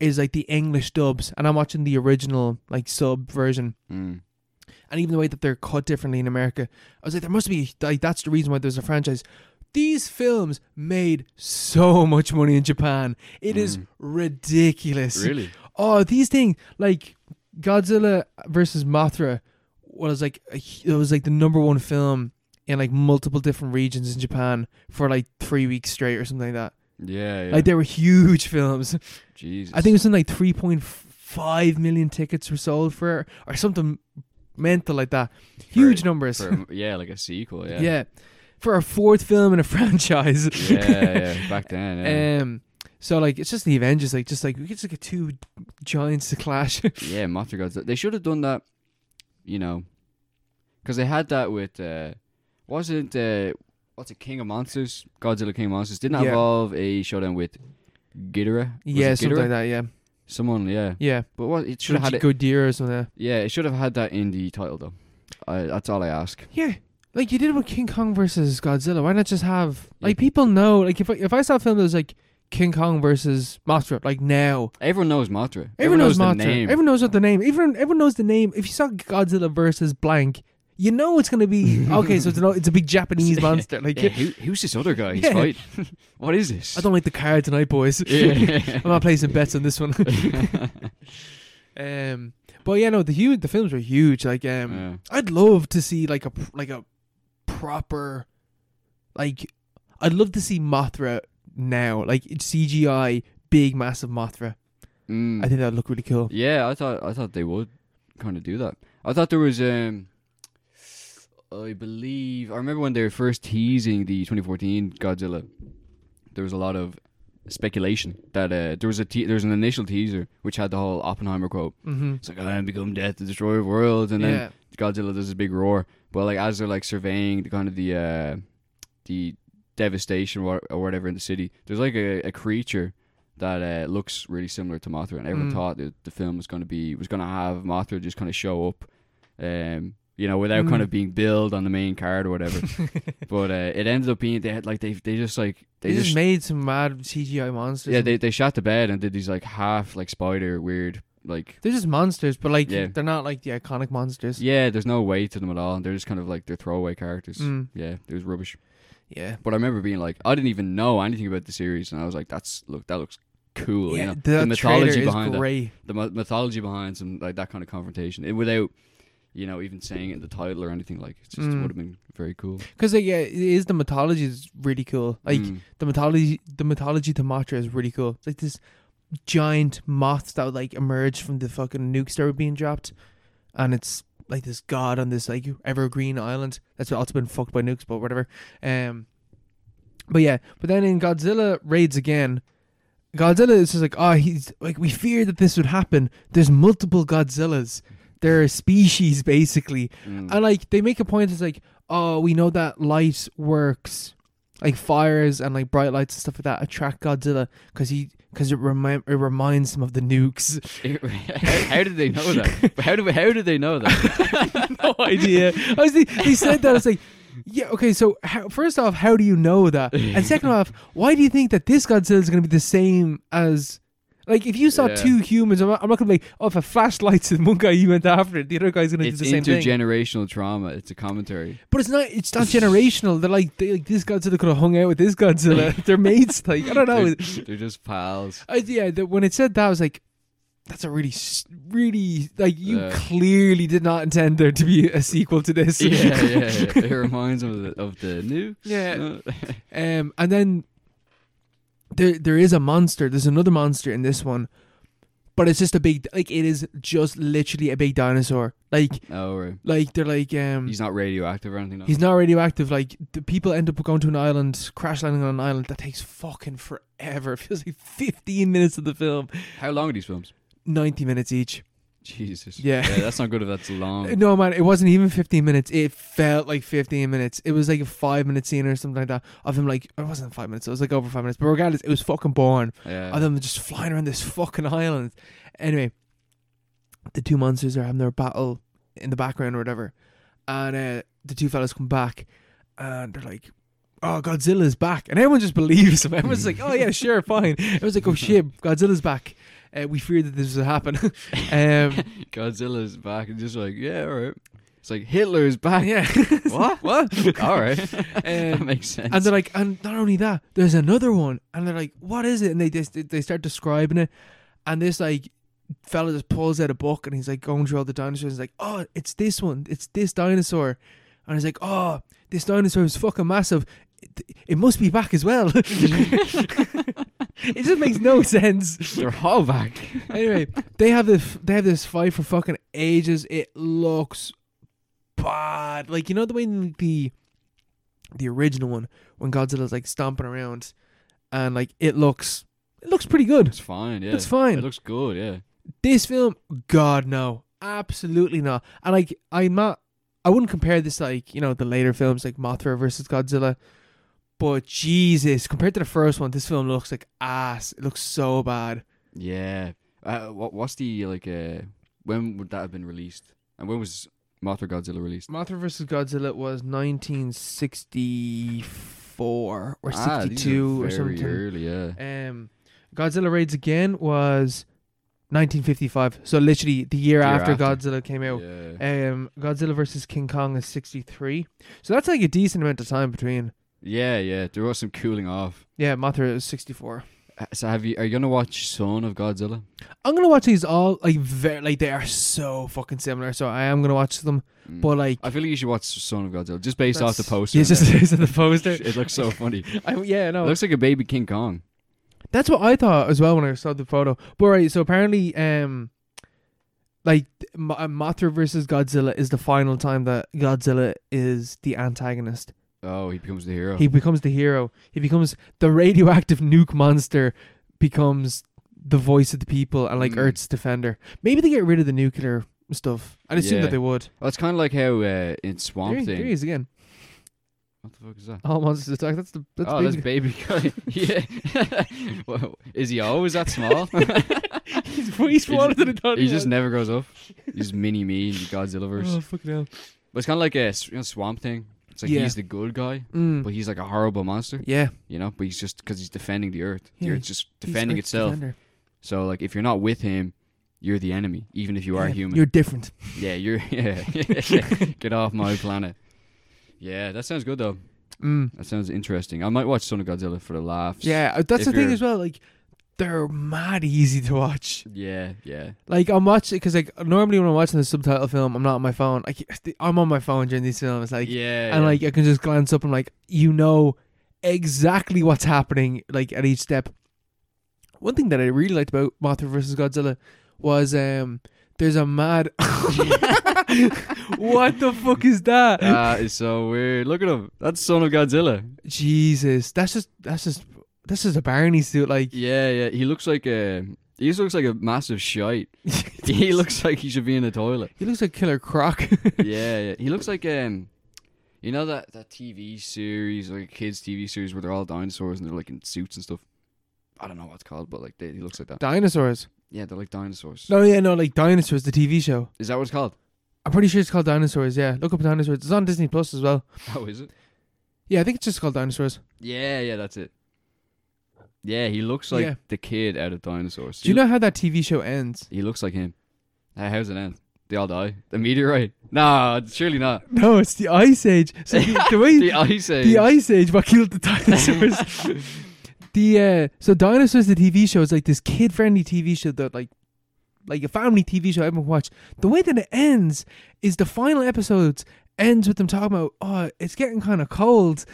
S1: is like the English dubs, and I'm watching the original like sub version.
S2: Mm.
S1: And even the way that they're cut differently in America, I was like, there must be like that's the reason why there's a franchise. These films made so much money in Japan. It is
S2: Mm.
S1: ridiculous.
S2: Really?
S1: Oh, these things like Godzilla versus Mothra was like a, hu- it was like the number one film in like multiple different regions in Japan for like three weeks straight or something like that.
S2: Yeah. yeah.
S1: Like they were huge films.
S2: Jesus.
S1: I think it was something like three point five million tickets were sold for it or something mental like that. Huge
S2: For-
S1: numbers.
S2: For- yeah, like a sequel.
S1: yeah.
S2: Yeah.
S1: for a fourth film in a franchise.
S2: Yeah, yeah, Back then. Yeah.
S1: Um. So like it's just the Avengers, like just like we could just get two giants to clash.
S2: yeah, Mothra Godzilla. They should have done that. You know, because they had that with. Uh, wasn't uh, what's it, King of Monsters? Godzilla King of Monsters didn't
S1: Yeah.
S2: involve a showdown with Ghidorah. Was it
S1: yeah, something
S2: Ghidorah?
S1: like that. Yeah,
S2: Someone, yeah.
S1: yeah.
S2: But what it should have had it.
S1: good deer or something.
S2: Yeah, it should have had that in the title though. I, that's all I ask.
S1: Yeah, like you did with King Kong versus Godzilla. Why not just have
S2: Yeah.
S1: like people know? Like if I, if I saw a film that was like King Kong versus Mothra, like now
S2: Everyone knows Mothra.
S1: everyone, knows,
S2: the
S1: Mothra.
S2: name.
S1: Everyone knows what the name. Everyone everyone knows the name. If you saw Godzilla versus blank, you know it's gonna be okay. So it's a, it's a big Japanese monster. Like
S2: yeah, who, who's this other guy? He's
S1: Yeah.
S2: right. what is this?
S1: I don't like the card tonight, boys.
S2: Yeah.
S1: I'm not placing bets on this one. um, but yeah, no, the huge the films were huge. Like um.
S2: Yeah.
S1: I'd love to see like a pr- like a proper like I'd love to see Mothra now like it's CGI big massive Mothra.
S2: Mm.
S1: I think that'd look really cool.
S2: Yeah, I thought I thought they would kind of do that. I thought there was um I believe I remember when they were first teasing the 2014 Godzilla. There was a lot of speculation that uh, there was a te- there was an initial teaser which had the whole Oppenheimer quote.
S1: Mm-hmm.
S2: It's like I am become death, the destroyer of worlds, and then Godzilla does this big roar. But like as they're like surveying the kind of the uh, the devastation or, or whatever in the city, there's like a, a creature that uh, looks really similar to Mothra, and everyone
S1: Mm.
S2: thought that the film was gonna be was gonna have Mothra just kind of show up, um, you know, without kind
S1: Mm.
S2: of being billed on the main card or whatever. but uh, it ended up being they had like they they just like
S1: they, just, made some mad CGI monsters.
S2: yeah
S1: and-
S2: they they shot the bed and did these like half like spider weird like
S1: they're just monsters, but like
S2: Yeah.
S1: they're not like the iconic monsters.
S2: yeah there's no weight to them at all and they're just kind of like they're throwaway characters
S1: Mm,
S2: yeah it was rubbish
S1: yeah.
S2: But I remember being like, I didn't even know anything about the series, and I was like, "That's look, that looks cool." you
S1: yeah,
S2: know?
S1: that
S2: the
S1: trailer
S2: mythology
S1: is
S2: behind it,
S1: great.
S2: the my- mythology behind some like that kind of confrontation, it, without you know even saying it in the title or anything. Like, it just
S1: Mm.
S2: would have been very cool.
S1: Because like, yeah, it is the mythology is really cool. Like
S2: Mm.
S1: the mythology the mythology to Mothra is really cool. It's like this giant moth that would like emerge from the fucking nukes that were being dropped. And it's like this god on this like evergreen island that's also been fucked by nukes, but whatever. Um But yeah, but then in Godzilla raids again, Godzilla is just like, oh he's like we fear that this would happen. There's multiple Godzillas. There are species basically.
S2: Mm.
S1: And like they make a point it's like, oh, we know that light works. Like fires and like bright lights and stuff like that attract Godzilla because he because it remind it reminds him of the nukes.
S2: how did they know that? How do how did they know that?
S1: no idea. I was thinking- they said that it's like, yeah, okay. So how, first off, how do you know that? And second off, why do you think that this Godzilla is going to be the same as? Like if you saw
S2: Yeah.
S1: two humans, I'm not, I'm not gonna be like, oh, if a flashlight's in one guy, you went after it. The other guy's gonna
S2: It's
S1: do the same thing.
S2: intergenerational trauma. It's a commentary.
S1: But it's not. It's not generational. They're like, they, like this Godzilla could have hung out with this Godzilla. They're mates. Like I don't know.
S2: They're, they're just pals.
S1: I, yeah. The, when it said that, I was like, that's a really, s- really like you
S2: Yeah.
S1: clearly did not intend there to be a sequel to this.
S2: yeah, yeah, yeah. It reminds them of the, of the new. Uh,
S1: Yeah. Um, and then there there is a monster. There's another monster in this one, but it's just a big like it is just literally a big dinosaur. Like
S2: oh, right.
S1: like they're like um
S2: He's not radioactive or anything. No?
S1: He's not radioactive. Like the people end up going to an island, crash landing on an island that takes fucking forever. It feels like fifteen minutes of the film,
S2: How long are these films?
S1: ninety minutes each.
S2: Jesus.
S1: Yeah.
S2: that's not good if that's long.
S1: No man, it wasn't even fifteen minutes. It felt like fifteen minutes. It was like a five minute scene or something like that of him. Like it wasn't five minutes. It was like over five minutes. But regardless, it was fucking boring.
S2: Yeah.
S1: Of them just flying around this fucking island. Anyway, the two monsters are having their battle in the background or whatever, and uh, the two fellas come back, and they're like, "Oh, Godzilla's back!" And everyone just believes them. Everyone's like, "Oh yeah, sure, fine." Everyone's like, "Oh shit, Godzilla's back." Uh, we feared that this would happen. um,
S2: Godzilla's back and just like, yeah, all right. It's like Hitler's back.
S1: yeah,
S2: What? what? all right. that
S1: Um,
S2: makes sense.
S1: and they're like, and not only that, there's another one, and they're like, "What is it?" And they just they start describing it, and this like fella just pulls out a book, and he's like going through all the dinosaurs. He's like, "Oh, it's this one, it's this dinosaur," and he's like, "Oh, this dinosaur is fucking massive. It, it must be back as well." it just makes no sense.
S2: They're all back.
S1: Anyway, they have this they have this fight for fucking ages. It looks bad. Like you know the way in the the original one when Godzilla's like stomping around and like it looks it looks pretty good.
S2: It's fine. Yeah.
S1: It's fine.
S2: It looks good. Yeah.
S1: This film, God no. Absolutely not. And like I'm not I wouldn't compare this like, you know, the later films like Mothra versus Godzilla But Jesus, compared to the first one, this film looks like ass. It looks so bad.
S2: Yeah. Uh, what what's the like? Uh, when would that have been released? And when was Mothra Godzilla released?
S1: Mothra vs. Godzilla was 1964 or
S2: Ah, these are
S1: 62 or
S2: very
S1: something.
S2: Early, yeah.
S1: Um, Godzilla Raids Again was 1955. So literally the year,
S2: Year
S1: after,
S2: after.
S1: Godzilla came out.
S2: yeah.
S1: Um, Godzilla vs. King Kong is 63. So that's like a decent amount of time between.
S2: Yeah, yeah. There was some cooling off.
S1: Yeah, Mothra is 64.
S2: Uh, So have you? Are you gonna watch Son of Godzilla?
S1: I'm gonna watch these all like very like they are so fucking similar. So I am gonna watch them,
S2: Mm.
S1: but like
S2: I feel like you should watch Son of Godzilla just based off the
S1: that's-
S2: poster.
S1: Yeah,
S2: and
S1: just Oh.
S2: everything.
S1: based on the poster.
S2: it looks so funny. It
S1: I, yeah, no,
S2: looks like a baby King Kong.
S1: That's what I thought as well when I saw the photo. But right, so apparently, um, like M- uh, Mothra versus Godzilla is the final time that Godzilla is the antagonist.
S2: Oh, he becomes the hero.
S1: He becomes the hero. He becomes the radioactive nuke monster. Becomes the voice of the people and like
S2: Mm.
S1: Earth's defender. Maybe they get rid of the nuclear stuff. I'd assume
S2: Yeah.
S1: that they would.
S2: well, it's kind of like how uh, in Swamp
S1: There he-
S2: Thing.
S1: there he is again.
S2: What the fuck is that?
S1: All monsters attack. That's the that's
S2: oh,
S1: big.
S2: that's baby. Guy. yeah. Whoa, is he always that small?
S1: he's way smaller than I thought
S2: he
S1: he
S2: just
S1: was.
S2: never grows up. He's mini me in the Godzillaverse.
S1: Oh fucking hell.
S2: But it's kind of like a s- you know, Swamp Thing. It's like
S1: Yeah.
S2: he's the good guy,
S1: Mm.
S2: but he's like a horrible monster.
S1: Yeah,
S2: You know, but he's just because he's defending the Earth.
S1: Yeah,
S2: The Earth's just
S1: he's
S2: defending
S1: Earth's
S2: itself.
S1: defender.
S2: So like, if you're not with him, you're the enemy, even if you are
S1: Yeah,
S2: human.
S1: You're different.
S2: Yeah, you're. Yeah, get off my planet. Yeah, that sounds good though.
S1: Mm.
S2: That sounds interesting. I might watch Son of Godzilla for the laughs.
S1: Yeah, uh, that's
S2: If
S1: the thing
S2: you're-
S1: as well. Like, they're mad easy to watch.
S2: Yeah, yeah.
S1: Like, I'm watching because like normally when I'm watching a subtitle film, I'm not on my phone. Like, I'm on my phone during these films. Like,
S2: yeah.
S1: and
S2: yeah.
S1: like I can just glance up and like you know exactly what's happening like at each step. One thing that I really liked about Mothra versus Godzilla was um there's a mad. what the fuck is that?
S2: That is so weird. Look at him. That's Son of Godzilla.
S1: Jesus, that's just that's just that's just a Barney suit. Like
S2: Yeah, yeah. He looks like a. He just looks like a massive shite. he looks like he should be in the toilet.
S1: He looks like Killer Croc.
S2: yeah, yeah. He looks like um, you know that that TV series, like kids TV series, where they're all dinosaurs and they're like in suits and stuff. I don't know what it's called, but like they, he looks like that.
S1: Dinosaurs.
S2: Yeah, they're like dinosaurs.
S1: No, yeah, no, like Dinosaurs, the TV show.
S2: Is that what it's called?
S1: I'm pretty sure it's called Dinosaurs. Yeah, look up Dinosaurs. It's on Disney Plus as well.
S2: Oh, is it?
S1: Yeah, I think it's just called Dinosaurs.
S2: Yeah, yeah, that's it. Yeah, he looks like
S1: Yeah.
S2: the kid out of dinosaurs.
S1: Do you
S2: He-
S1: know how that TV show ends?
S2: He looks like him. How- How's it end? They all die. The meteorite? Nah, surely not.
S1: No, it's the Ice Age. So the, the way
S2: The ice age.
S1: the Ice Age what killed the dinosaurs. the uh, so Dinosaurs, the TV show, is like this kid-friendly TV show that like. Like a family TV show I haven't watched. The way that it ends is the final episodes ends with them talking about oh it's getting kind of cold,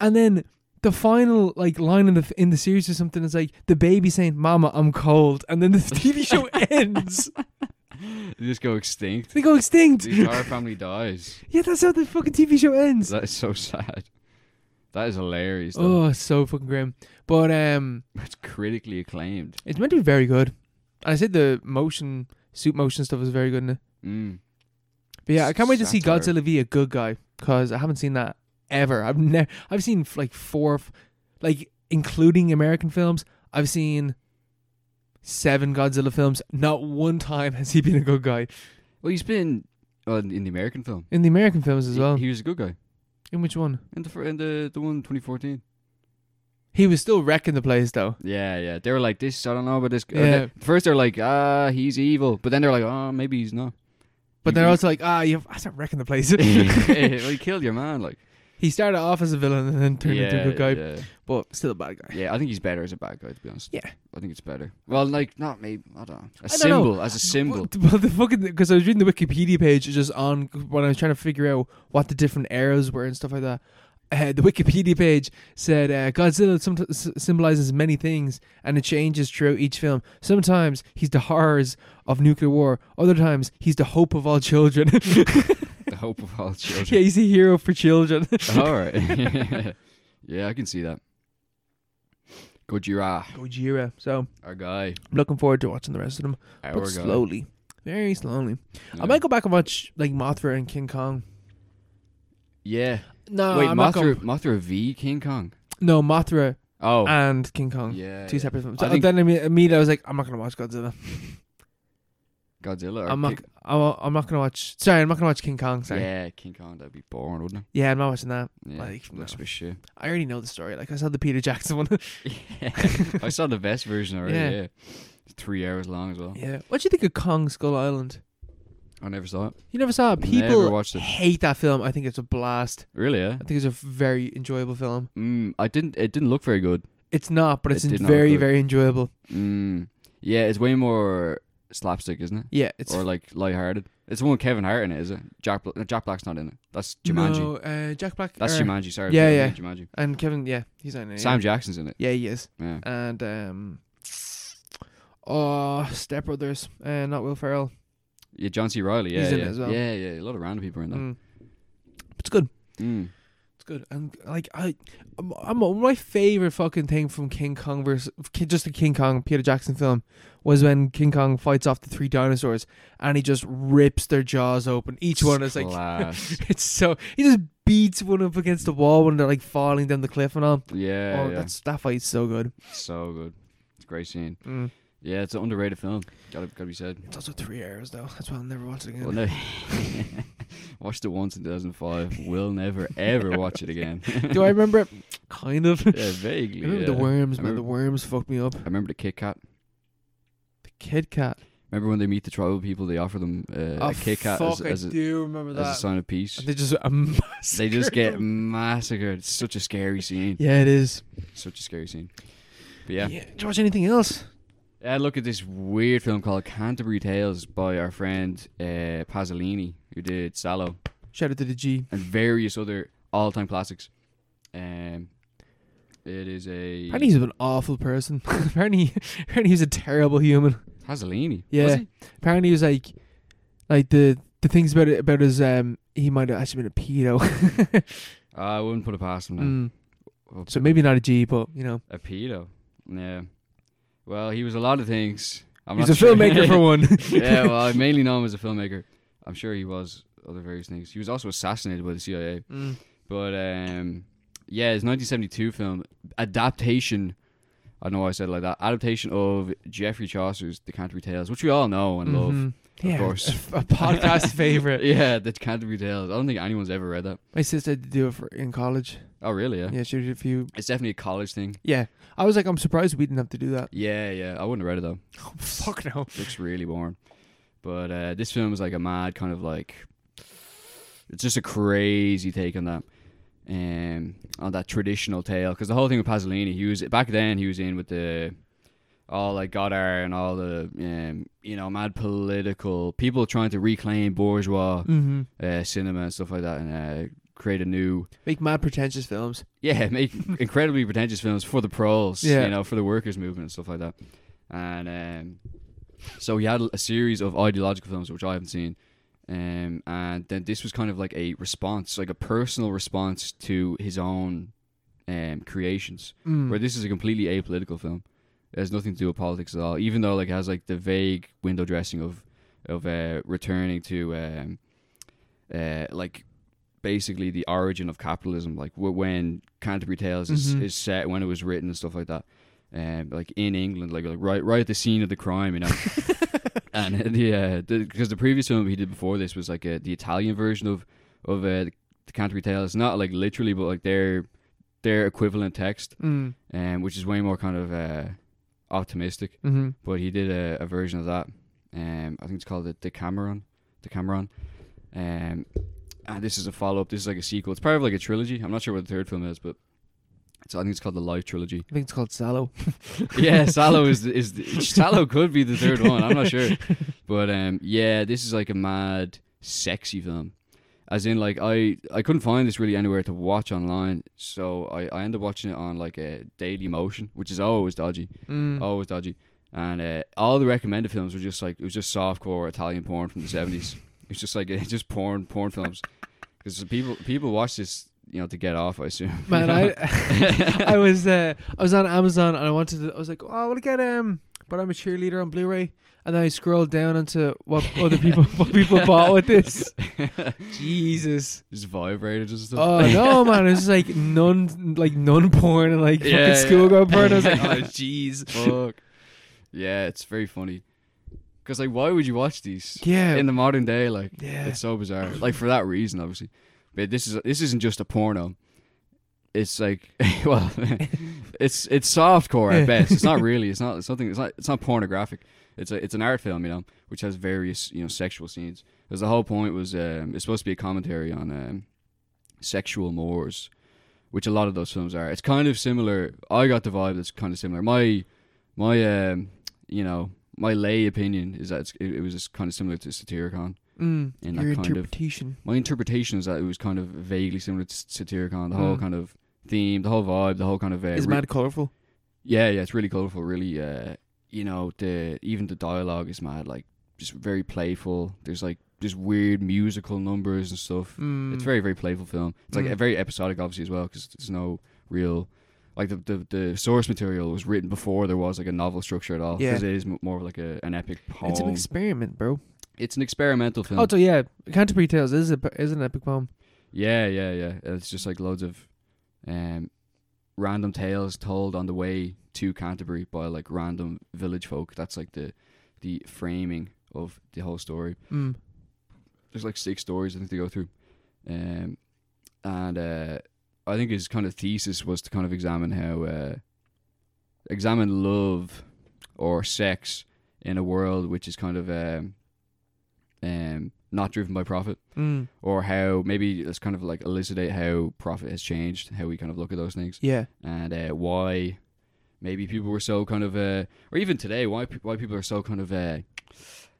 S1: and then the final like line in the in the series or something is like the baby saying "Mama, I'm cold," and then the TV show ends.
S2: they just go extinct.
S1: They go extinct.
S2: The entire family dies.
S1: Yeah, that's how the fucking TV show ends.
S2: That is so sad. That is hilarious. Though.
S1: Oh, it's so fucking grim. But um,
S2: That's critically acclaimed.
S1: it's meant to be very good. And I said the motion, suit motion stuff was very good in it.
S2: Mm.
S1: But yeah, I can't wait to see
S2: Satire.
S1: Godzilla v a good guy because I haven't seen that ever. I've never. I've seen f- like four, f- like including American films. I've seen seven Godzilla films. Not one time has he been a good guy
S2: Well, he's been well, in in the American film
S1: in the American films as
S2: He-
S1: well.
S2: He, was a good guy
S1: In which one?
S2: in the fir- in the the one 2014.
S1: He was still wrecking the place though.
S2: Yeah, yeah. They were like this. I don't know about this. or
S1: Yeah.
S2: they- first, they're like, ah, he's evil. But then they're like, oh, maybe he's not.
S1: But
S2: He-
S1: they're
S2: he-
S1: also like, ah, you've, I not wrecking the place.
S2: well, he killed your man. Mm-hmm. Like,
S1: he started off as a villain and then turned into a good guy,
S2: Yeah.
S1: but still a bad guy.
S2: Yeah, I think he's better as a bad guy, to be honest.
S1: Yeah.
S2: I think it's better. Well, like, not maybe. I don't know.
S1: don't know.
S2: A symbol, as a symbol.
S1: Well, well, the fucking because I was reading the Wikipedia page just on when I was trying to figure out what the different eras were and stuff like that. Uh, the Wikipedia page said uh, Godzilla somet- s- symbolizes many things and it changes throughout each film. Sometimes he's the horrors of nuclear war. Other times he's the hope of all children.
S2: the hope of all
S1: yeah,
S2: children.
S1: he's a hero for children.
S2: All right. yeah, I can see that. Gojira,
S1: Gojira. So
S2: our guy.
S1: I'm looking forward to watching the rest of them,
S2: Our
S1: but
S2: guy.
S1: slowly, very slowly.
S2: Yeah.
S1: I might go back and watch like Mothra and King Kong.
S2: Yeah.
S1: No,
S2: Wait,
S1: Uh, I'm not
S2: Mothra,
S1: going-
S2: Mothra v King Kong.
S1: No, Mothra
S2: Oh,
S1: and King Kong.
S2: yeah.
S1: Two
S2: yeah.
S1: separate films.
S2: I
S1: So
S2: think-
S1: then I mean, immediately I was like, I'm not gonna watch Godzilla.
S2: Godzilla. Or
S1: I'm not.
S2: King-
S1: I'm, I'm not gonna watch. Sorry, I'm not gonna watch King Kong. Sorry. Yeah,
S2: Yeah, King Kong. That'd be boring, wouldn't
S1: I'm not watching that.
S2: it? Yeah,
S1: Like,
S2: looks
S1: no.
S2: a bit shit.
S1: I already know the story. Like I saw the Peter Jackson one.
S2: I saw the best version already.
S1: Yeah.
S2: Yeah. It's three hours long as well.
S1: yeah. What do you think of Kong Skull Island?
S2: I never saw it.
S1: You never saw it. People
S2: Never watched it.
S1: hate that film. I think it's a blast.
S2: Really? Yeah.
S1: I think it's a very enjoyable film.
S2: Mm, I didn't. It didn't look very good.
S1: It's not, but it's
S2: It did not look
S1: very
S2: good.
S1: very enjoyable.
S2: Mm, yeah, it's way more slapstick, isn't it?
S1: Yeah, it's
S2: or like lighthearted. It's the one with Kevin Hart in it, is it? Jack Bla- no, Jack Black's not in it. That's Jumanji.
S1: No, uh, Jack Black.
S2: That's
S1: or-
S2: Jumanji. Sorry.
S1: yeah,
S2: I
S1: yeah.
S2: meant Jumanji.
S1: And Kevin, yeah, he's on it.
S2: Sam Jackson's in it.
S1: Yeah, he is.
S2: Yeah.
S1: And um, oh, Step Brothers. Uh, not Will Ferrell.
S2: Yeah, John C. Riley. Yeah,
S1: He's in
S2: yeah.
S1: it as well.
S2: yeah, yeah. A lot of random people are in that.
S1: Mm. It's good.
S2: Mm.
S1: It's good. And like I, I'm, I'm- my favorite fucking thing from King Kong versus Ki- just the King Kong Peter Jackson film was when King Kong fights off the three dinosaurs and he just rips their jaws open. Each one is like
S2: Class.
S1: it's so he just beats one up against the wall when they're like falling down the cliff and all.
S2: yeah,
S1: oh,
S2: yeah.
S1: that's that fight's so good.
S2: so good. It's a great scene.
S1: Mm.
S2: Yeah, it's an underrated film. Gotta, gotta be said.
S1: It's also three hours though. That's why I'll never watch it again.
S2: Well, no. Watched it once in 2005. Will never ever watch it again.
S1: Do I remember it? Kind of.
S2: yeah, vaguely.
S1: I remember
S2: yeah.
S1: the worms,
S2: I
S1: man. The worms fucked me up.
S2: I remember the Kit Kat.
S1: The Kit Kat.
S2: Remember when they meet the tribal people, they offer them uh,
S1: oh,
S2: a Kit Kat
S1: fuck,
S2: as, as,
S1: I
S2: a,
S1: do remember
S2: as a
S1: that.
S2: sign of peace.
S1: They just um,
S2: They just get massacred. It's such a scary scene.
S1: Yeah, it is.
S2: Such a scary scene. But yeah.
S1: Did you watch anything else?
S2: I look at this weird film called Canterbury Tales by our friend uh, Pasolini, who did Sallow
S1: Shout out to the G.
S2: and various other all-time classics. Um, it is a
S1: Apparently, he's an awful person. apparently, apparently, he's a terrible human.
S2: Pasolini.
S1: Yeah.
S2: was he?
S1: Apparently, he was like, like the the things about it about his um, he might have actually been a pedo.
S2: Ah, I wouldn't put it past him. No.
S1: Mm.
S2: Oh,
S1: So maybe not a G, but you know,
S2: A pedo. Yeah. Well, he was a lot of things. I'm
S1: he's
S2: not
S1: a
S2: sure.
S1: filmmaker for one.
S2: yeah, well, I mainly know him as a filmmaker. I'm sure he was other various things. He was also assassinated by the CIA.
S1: Mm.
S2: But um, yeah, his 1972 film adaptation. I know why I said it like that. Adaptation of Geoffrey Chaucer's *The Canterbury Tales*, which we all know and love.
S1: Mhm. yeah,
S2: course.
S1: A, a podcast favorite.
S2: Yeah, *The Canterbury Tales*. I don't think anyone's ever read that.
S1: My sister had to do it for in college.
S2: Oh, really? Yeah.
S1: Yeah, she did a few.
S2: It's definitely a college thing.
S1: Yeah, I was like, I'm surprised we didn't have to do that.
S2: Yeah, yeah. I wouldn't have read it though.
S1: Oh, fuck no.
S2: looks really boring. But uh, this film is like a mad kind of like it's just a crazy take on that um on that traditional tale because the whole thing with Pasolini he was back then he was in with the all like Godard and all the um, you know mad political people trying to reclaim bourgeois
S1: Mm-hmm.
S2: uh, cinema and stuff like that and uh, create a new
S1: Make mad pretentious films.
S2: yeah, make incredibly pretentious films for the pros,
S1: Yeah.
S2: you know, for the workers' movement and stuff like that. And um, so he had a series of ideological films which I haven't seen. Um, and then this was kind of like a response, like a personal response to his own um, creations.
S1: Mm.
S2: Where this is a completely apolitical film. It has nothing to do with politics at all. Even though like it has like the vague window dressing of of uh, returning to um, uh, like basically the origin of capitalism, like wh- when Canterbury Tales is,
S1: Mhm.
S2: is set, when it was written and stuff like that. Um, like in England, like, like right, right at the scene of the crime, you know. and uh, the uh, because the, previous film he did before this was like uh, the Italian version of of uh, the, Canterbury Tales, not like literally, but like their their equivalent text,
S1: Mm.
S2: um, which is way more kind of uh, optimistic
S1: Mm-hmm.
S2: but he did a, a version of that. Um, I think it's called the Decameron. Decameron. Um, and this is a follow up. This is like a sequel. It's part of like a trilogy. I'm not sure what the third film is, but it's, I think it's called the Life Trilogy.
S1: I think it's called Sallow.
S2: yeah, Sallow is the, is the, Sallow could be the third one. I'm not sure, but um, yeah, this is like a mad sexy film. As in, like I I couldn't find this really anywhere to watch online, so I I ended up watching it on like a Daily Motion, which is always dodgy
S1: Mm.
S2: always dodgy. And uh, all the recommended films were just like it was just softcore Italian porn from the seventies. It was just like it's just porn porn films because people people watch this you know to get off. I assume. you
S1: Man,
S2: know?
S1: I I was uh, I was on Amazon and I wanted to, I was like, oh, I want to get um but I'm a cheerleader on Blu-ray, and then I scrolled down into what other people what people bought with this. Jesus.
S2: Just vibrators and stuff.
S1: Oh no, man! It's just like nun, like nun porn and like
S2: Yeah,
S1: fucking schoolgirl porn. I was like,
S2: Yeah.
S1: oh jeez.
S2: Fuck. Yeah, it's very funny. Because, like, why would you watch these
S1: Yeah,
S2: in the modern day? Like,
S1: yeah,
S2: it's so bizarre. Like, for that reason, obviously. But this is this isn't just a porno. It's like, well, it's it's softcore
S1: Yeah.
S2: at best. It's not really. It's not something. It's not. It's not pornographic. It's a, it's an art film, you know, which has various you know sexual scenes. Because the whole point was, um, it's supposed to be a commentary on um, sexual mores, which a lot of those films are. It's kind of similar. I got the vibe that's kind of similar. My my um, you know my lay opinion is that it's, it, it was just kind of similar to Satyricon.
S1: mm,
S2: in that
S1: your
S2: kind of-
S1: interpretation.
S2: My interpretation is that it was kind of vaguely similar to Satyricon. The whole
S1: Mm.
S2: kind of theme, the whole vibe, the whole kind of uh,
S1: is
S2: re-
S1: mad colorful.
S2: yeah, yeah, it's really colorful. Really, uh, you know, the even the dialogue is mad. Like, just very playful. There's like just weird musical numbers and stuff.
S1: Mm.
S2: It's very, very playful film. It's like
S1: Mm.
S2: a very episodic, obviously, as well, because there's no real. Like the, the the source material was written before there was like a novel structure at all.
S1: Yeah.
S2: Because it is m- more of like a, an epic poem.
S1: It's an experiment, bro.
S2: experimental film.
S1: Oh, so yeah, Canterbury Tales is a, is an epic poem.
S2: Yeah, yeah, yeah. It's just like loads of um, random tales told on the way to Canterbury by like random village folk. That's like the the framing of the whole story.
S1: Mm.
S2: There's like six stories I think they go through, um, and uh, I think his kind of thesis was to kind of examine how uh, examine love or sex in a world which is kind of um, um, not driven by profit
S1: Mm.
S2: or how maybe let's kind of like elucidate how profit has changed, how we kind of look at those things,
S1: Yeah,
S2: and uh, why maybe people were so kind of, uh, or even today, why pe- why people are so kind of uh,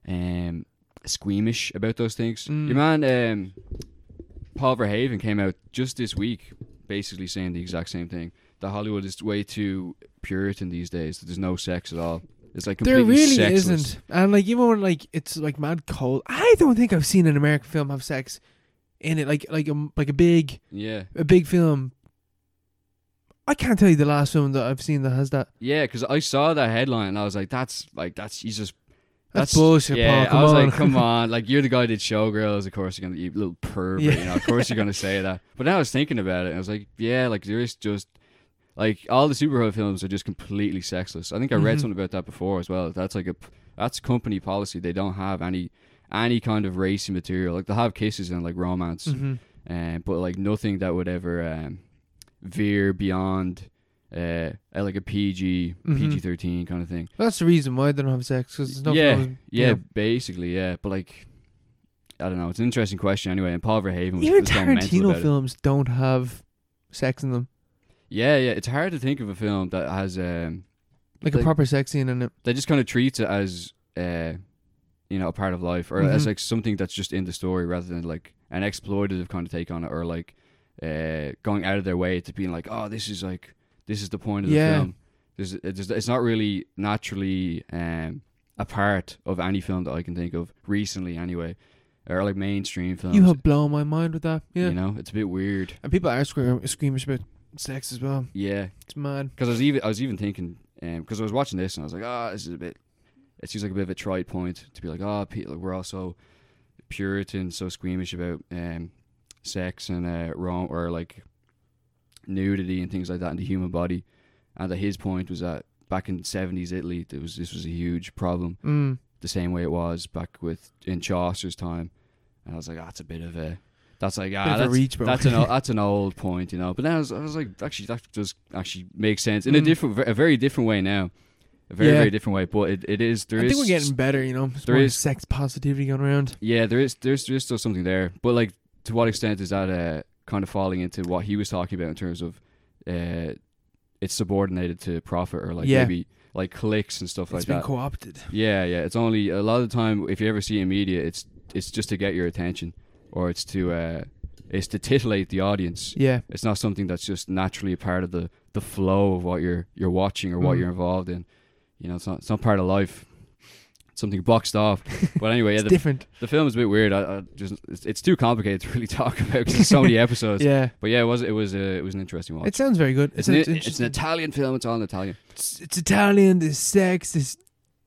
S2: um, squeamish about those things.
S1: Mm.
S2: Your man um, Paul Verhaven came out just this week, basically saying the exact same thing. That Hollywood is way too Puritan these days. That there's no sex at all. It's like
S1: there
S2: completely
S1: really
S2: sexless.
S1: isn't, and like even when like it's like mad cold. I don't think I've seen an American film have sex in it, like like a like a big
S2: Yeah,
S1: a big film. I can't tell you the last film that I've seen that has that.
S2: yeah. Because I saw that headline and I was like, that's like that's he's just
S1: That's, bullshit,
S2: yeah,
S1: Paul. Come
S2: I was
S1: on.
S2: like, come on, like you're the guy that did Showgirls, of course you're gonna you little pervert,
S1: Yeah.
S2: you know, of course you're gonna say that. But then I was thinking about it, and I was like, yeah, like there is just like all the superhero films are just completely sexless. I think I read
S1: Mhm.
S2: something about that before as well. That's like a p- that's company policy. They don't have any any kind of racy material. Like they'll have kisses and like romance,
S1: hmm
S2: um, but like nothing that would ever um, veer beyond uh, uh, like a PG
S1: Mhm.
S2: PG thirteen kind of thing.
S1: That's the reason why they don't have sex because there's no
S2: Yeah,
S1: film.
S2: Yeah,
S1: Yeah.
S2: basically, yeah. But like, I don't know. It's an interesting question anyway. And Paul Verhaven was,
S1: Even
S2: was going mental
S1: Tarantino
S2: about it.
S1: films don't have sex in them,
S2: Yeah, yeah. It's hard to think of a film that has um
S1: like a
S2: Like-
S1: proper sex scene in it.
S2: that just kind of treats it as uh you know a part of life or
S1: Mhm.
S2: as like something that's just in the story rather than like an exploitative kind of take on it or like uh going out of their way to being like oh this is like this is the point of
S1: Yeah.
S2: the film. There's, it's, it's not really naturally um a part of any film that I can think of recently anyway. Or like mainstream films.
S1: You have blown my mind with that. Yeah,
S2: You know, it's a bit weird.
S1: and people are squir- squeamish about sex as well.
S2: Yeah,
S1: It's mad.
S2: because I was even I was even thinking because I was watching this and I was like, ah, this is a bit. It seems like a bit of a trite point to be like, ah, people we're all so Puritan, so squeamish about um, sex and uh, wrong or like nudity and things like that in the human body, and that his point was that back in seventies Italy, there was this was a huge problem
S1: Mm.
S2: the same way it was back with in Chaucer's time. And I was like, "Ah, that's a bit of a that's like
S1: of
S2: ah,
S1: a
S2: that's,
S1: reach, bro."
S2: that's an o- that's an old point, you know. But then I was, I was like, actually, that does actually make sense in a
S1: Mm.
S2: different, a very different way now, a very
S1: Yeah.
S2: very different way. But it, it is there
S1: I
S2: is-
S1: think we're getting better. You know,
S2: there
S1: there is
S2: is-
S1: sex positivity going around.
S2: yeah, there is there's there's still something there. But like, to what extent is that uh, kind of falling into what he was talking about in terms of uh, it's subordinated to profit or like
S1: Yeah.
S2: maybe like clicks and stuff
S1: It's
S2: like
S1: been
S2: that.
S1: co-opted.
S2: Yeah, yeah. It's only a lot of the time if you ever see in media, it's it's just to get your attention, or it's to uh, it's to titillate the audience.
S1: Yeah,
S2: It's not something that's just naturally a part of the the flow of what you're you're watching or what
S1: Mm.
S2: you're involved in. You know, it's not it's not part of life. It's something boxed off. But anyway, yeah,
S1: it's
S2: the,
S1: different.
S2: the film is a bit weird. I, I just it's, it's too complicated to really talk about 'cause there's so many episodes.
S1: Yeah,
S2: But yeah, it was it was uh, it was an interesting watch.
S1: it sounds very good.
S2: It's,
S1: It
S2: an,
S1: sounds
S2: it's an
S1: interesting.
S2: Italian film. It's all in Italian.
S1: it's, it's Italian. There's sex. There's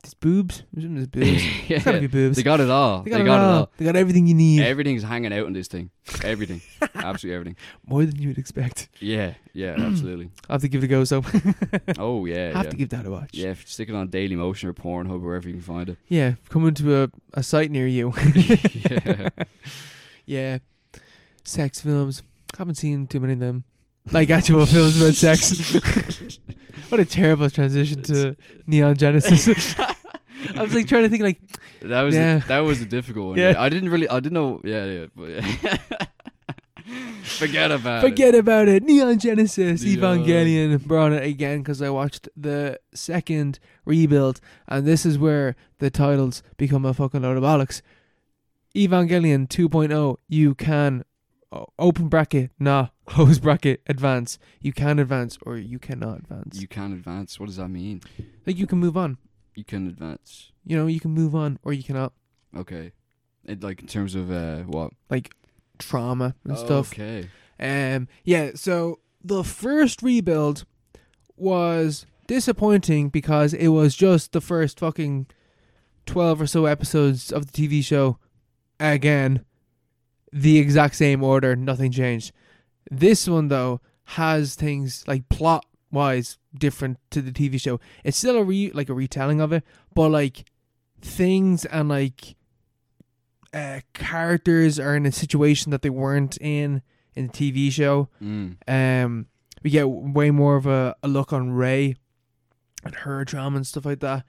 S1: It's boobs. It's in his boobs. It's gotta be
S2: yeah.
S1: boobs.
S2: They got it all. They got, it all.
S1: They got everything you need.
S2: Everything's hanging out in this thing. Everything. Absolutely everything.
S1: More than you would expect.
S2: Yeah, yeah, absolutely.
S1: I have to give it a go. So
S2: Oh yeah,
S1: have
S2: yeah.
S1: to give that a watch.
S2: Yeah, if you stick it on Daily Motion or Pornhub or wherever you can find it.
S1: Yeah, coming to a, a site near you.
S2: yeah.
S1: yeah, sex films. Haven't seen too many of them. Like actual films about sex. what a terrible transition to Neon Genesis. I was like trying to think like
S2: That was
S1: Yeah.
S2: the, that was a difficult one.
S1: Yeah.
S2: Yeah. I didn't really I didn't know yeah, yeah. But Forget about it.
S1: forget about it. Neon Genesis,
S2: Yeah.
S1: Evangelion, we're on it again because I watched the second rebuild, and this is where the titles become a fucking load of bollocks. Evangelion 2.0, you can o- open bracket, nah, close bracket, advance. You can advance or you cannot advance.
S2: You can advance. What does that mean?
S1: like you can move on.
S2: You can advance.
S1: You know, you can move on or you cannot.
S2: Okay. It, like in terms of uh what?
S1: Trauma and
S2: Oh,
S1: stuff.
S2: Okay.
S1: Um, yeah, so the first rebuild was disappointing because it was just the first fucking 12 or so episodes of the TV show again, the exact same order, nothing changed. This one, though, has things like plot wise different to the TV show. It's still a re like a retelling of it, but like things and like uh, characters are in a situation that they weren't in in the TV show.
S2: Mm.
S1: Um, we get way more of a, a look on Ray and her drama and stuff like that.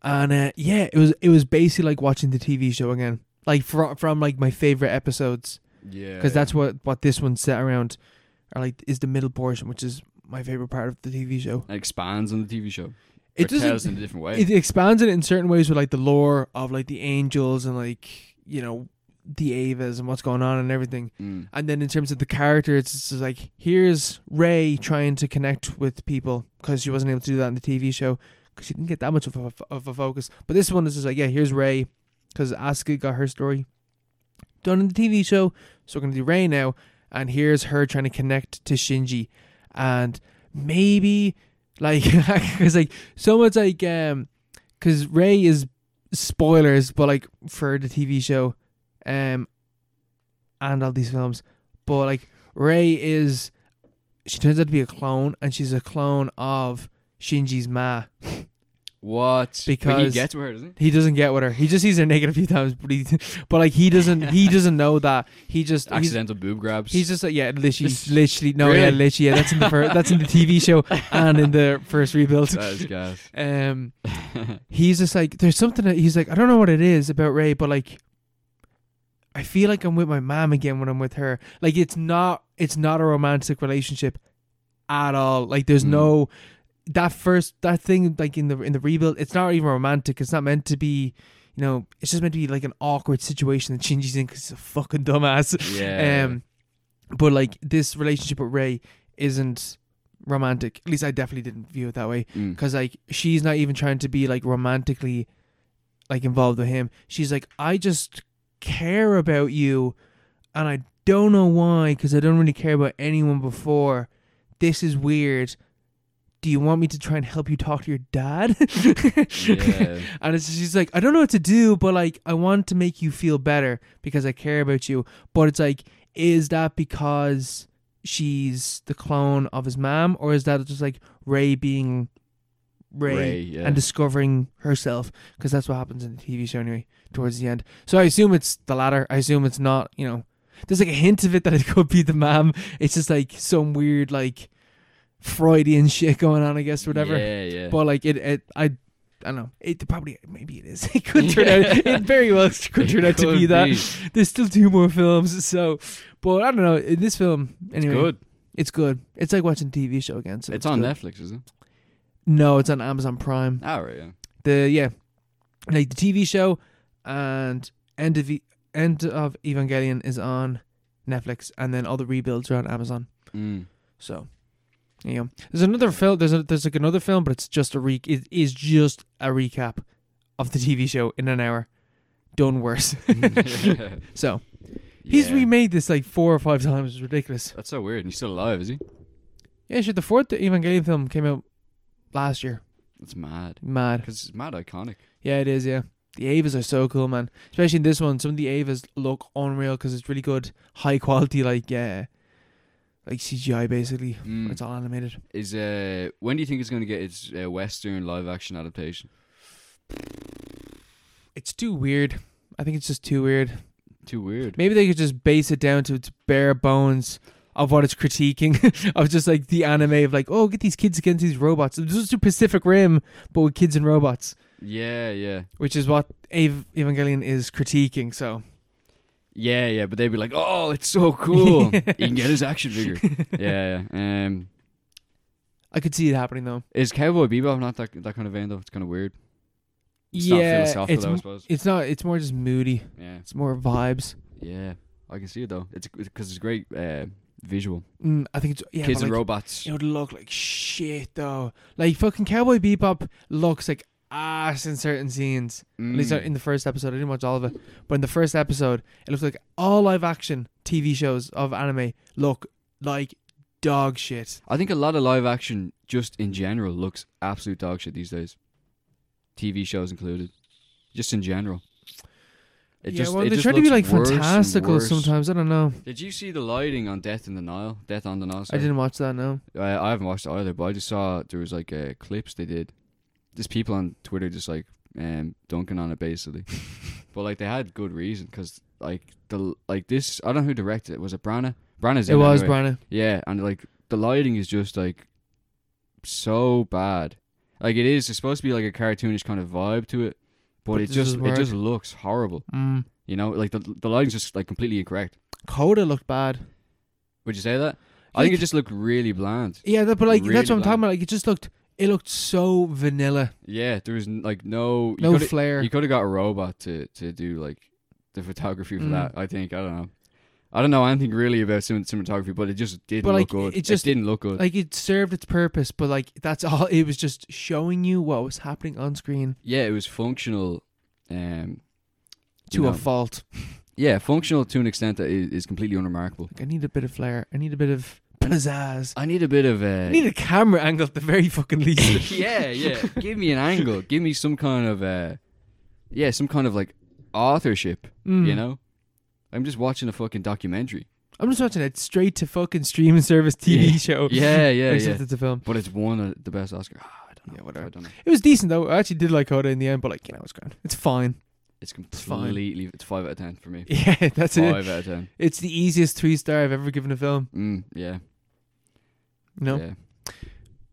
S1: And uh, yeah, it was it was basically like watching the TV show again, like from from like my favorite episodes,
S2: Yeah.
S1: because that's what what this one's set around, or like is the middle portion, which is my favorite part of the TV show.
S2: it expands on the TV show.
S1: It
S2: It or tells in
S1: doesn't.
S2: a different way.
S1: It expands it in certain ways with like the lore of like the angels and like you know the Avas and what's going on and everything.
S2: Mm.
S1: And then in terms of the character, it's just like here's Ray trying to connect with people because she wasn't able to do that in the TV show because she didn't get that much of a, of a focus. But this one is just like yeah, here's Ray because Asuka got her story done in the TV show, so we're gonna do Ray now. And here's her trying to connect to Shinji, and maybe like because like so much like um because Ray is spoilers, but like for the TV show, um and all these films. But like Ray is, she turns out to be a clone, and she's a clone of Shinji's ma.
S2: What? But he
S1: Because-
S2: gets where, doesn't he?
S1: He doesn't get with her. He just sees her naked a few times, but he, but like he doesn't, he doesn't know that. He just he's-
S2: Accidental boob grabs.
S1: He's just like yeah, literally,
S2: This-
S1: literally no, yeah,
S2: Really?
S1: literally, yeah. That's in the fir- that's in the TV show and in the first rebuild.
S2: that is gas.
S1: Um, he's just like there's something that he's like I don't know what it is about Ray, but like I feel like I'm with my mom again when I'm with her. Like it's not it's not a romantic relationship at all. Like there's
S2: Mm.
S1: no that first that thing like in the in the rebuild. It's not even romantic. It's not meant to be. You know, it's just meant to be like an awkward situation that Shinji's in because he's a fucking dumbass.
S2: yeah.
S1: Um, but like this relationship with Ray isn't romantic. At least I definitely didn't view it that way
S2: Mm.
S1: because like she's not even trying to be like romantically like involved with him she's like i just care about you and i don't know why because i don't really care about anyone before this is weird do you want me to try and help you talk to your dad
S2: yeah.
S1: and it's, she's like i don't know what to do but like i want to make you feel better because i care about you but it's like is that because she's the clone of his mom or is that just like ray being ray,
S2: Ray, yeah.
S1: and discovering herself because that's what happens in the tv show anyway towards the end so i assume it's the latter i assume it's not you know there's like a hint of it that it could be the mom it's just like some weird like freudian shit going on i guess or whatever
S2: Yeah, yeah.
S1: but like it, it I, I don't know. It probably maybe it is. It could turn out.
S2: Yeah.
S1: It very well could
S2: It
S1: turn out to
S2: could
S1: be that.
S2: be.
S1: There's still two more films. So, but I don't know. In this film, anyway,
S2: It's good.
S1: It's good. It's like watching a TV show again. So
S2: It's on
S1: good.
S2: Netflix, isn't it?
S1: No, it's on Amazon Prime.
S2: All Ah, right, yeah.
S1: The yeah, like the TV show and end of E- end of Evangelion is on Netflix, and then all the rebuilds are on Amazon.
S2: Mm.
S1: So, there you go. There's another film. There's a, there's like another film, but it's just a re. It is just a recap of the TV show in an hour, done worse. so he's
S2: Yeah.
S1: remade this like four or five times. It's ridiculous.
S2: That's so weird. And he's still alive, is he?
S1: Yeah, sure. The fourth Evangelion film came out last year.
S2: It's mad
S1: Mad.
S2: because it's mad iconic.
S1: Yeah, it is. Yeah, the Avas are so cool, man. Especially in this one, some of the Avas look unreal because it's really good, high quality, like yeah, like CGI basically.
S2: Mm.
S1: It's all animated.
S2: Is uh, when do you think it's going to get its uh, Western live action adaptation?
S1: It's too weird. I think it's just too weird.
S2: Too weird.
S1: Maybe they could just base it down to its bare bones of what it's critiquing of just like the anime of like, oh, get these kids against these robots. It's just a Pacific Rim, but with kids and robots,
S2: Yeah, yeah,
S1: which is what Ave- Evangelion is critiquing. So
S2: yeah, yeah. But they'd be like, "Oh, it's so cool! you can get his action figure." yeah, yeah. Um,
S1: I could see it happening though.
S2: is Cowboy Bebop not that that kind of vein though? It's kind of weird. It's not philosophical,
S1: it's
S2: though, I
S1: m-
S2: suppose.
S1: it's not. It's more just moody.
S2: Yeah,
S1: It's more vibes.
S2: yeah. I can see it though. It's because it's great uh, visual.
S1: Mm, I think it's yeah.
S2: Kids
S1: but,
S2: and
S1: like,
S2: robots.
S1: It would look like shit though. Like fucking Cowboy Bebop looks like ass in certain scenes. At least
S2: Mm.
S1: in the first episode, I didn't watch all of it, but in the first episode, it looks like all live action TV shows of anime look like dog shit.
S2: I think a lot of live action, just in general, looks absolute dog shit these days. TV shows included, just in general. It
S1: yeah,
S2: just-
S1: well,
S2: it
S1: they
S2: just
S1: try to be like
S2: looks worse and
S1: fantastical
S2: worse.
S1: sometimes. I don't know.
S2: Did you see the lighting on Death in the Nile? Death on the Nile.
S1: I didn't watch that. No.
S2: I, I haven't watched it either, but I just saw there was like uh, clips they did. Just people on Twitter just like um, dunking on it basically, but like they had good reason because like the like this I don't know who directed it was it Brana Brana's
S1: It
S2: in
S1: was
S2: anyway.
S1: Brana.
S2: Yeah, and like the lighting is just like so bad. Like it is it's supposed to be like a cartoonish kind of vibe to it, but,
S1: But
S2: it
S1: this
S2: just
S1: is
S2: it
S1: weird.
S2: just looks horrible.
S1: Mm.
S2: You know, like the the lighting's just like completely incorrect.
S1: Coda looked bad.
S2: Would you say that? I
S1: Like-
S2: think it just looked really bland.
S1: Yeah, that, but like
S2: Really
S1: that's what I'm talking
S2: bland.
S1: about. Like it just looked. It looked so vanilla.
S2: Yeah, there was n- like no you
S1: No
S2: coulda-
S1: flair.
S2: You could have got a robot to to do like the photography for
S1: Mm.
S2: that. I think I don't know. I don't know anything really about cin- cinematography, but it just didn't
S1: But,
S2: look
S1: like,
S2: good.
S1: it just-
S2: didn't look good.
S1: like it served its purpose, but like that's all. It was just showing you what was happening on screen
S2: yeah, it was functional. Um,
S1: to
S2: you
S1: a
S2: know.
S1: fault.
S2: Yeah, functional to an extent that is, is completely unremarkable.
S1: Like I need a bit of flair. I need a bit of pizzazz.
S2: I need a bit of uh,
S1: I need a camera angle at the very fucking least.
S2: yeah, yeah. Give me an angle. Give me some kind of uh, yeah, some kind of like authorship.
S1: Mm.
S2: You know, I'm just watching a fucking documentary.
S1: I'm just watching it straight to fucking streaming service TV
S2: Yeah.
S1: show.
S2: Yeah, yeah,
S1: except
S2: yeah.
S1: it's a film.
S2: But it's won uh, the best Oscar. Ah, I don't know.
S1: Yeah, whatever.
S2: I don't know.
S1: It was decent though. I actually did like Coda in the end, but like you know, it's grand. It's fine.
S2: It's
S1: fine.
S2: completely. It's, five out of ten for me.
S1: Yeah, that's it.
S2: Five out of ten.
S1: It's the easiest three star I've ever given a film.
S2: Mm, yeah.
S1: No,
S2: Yeah.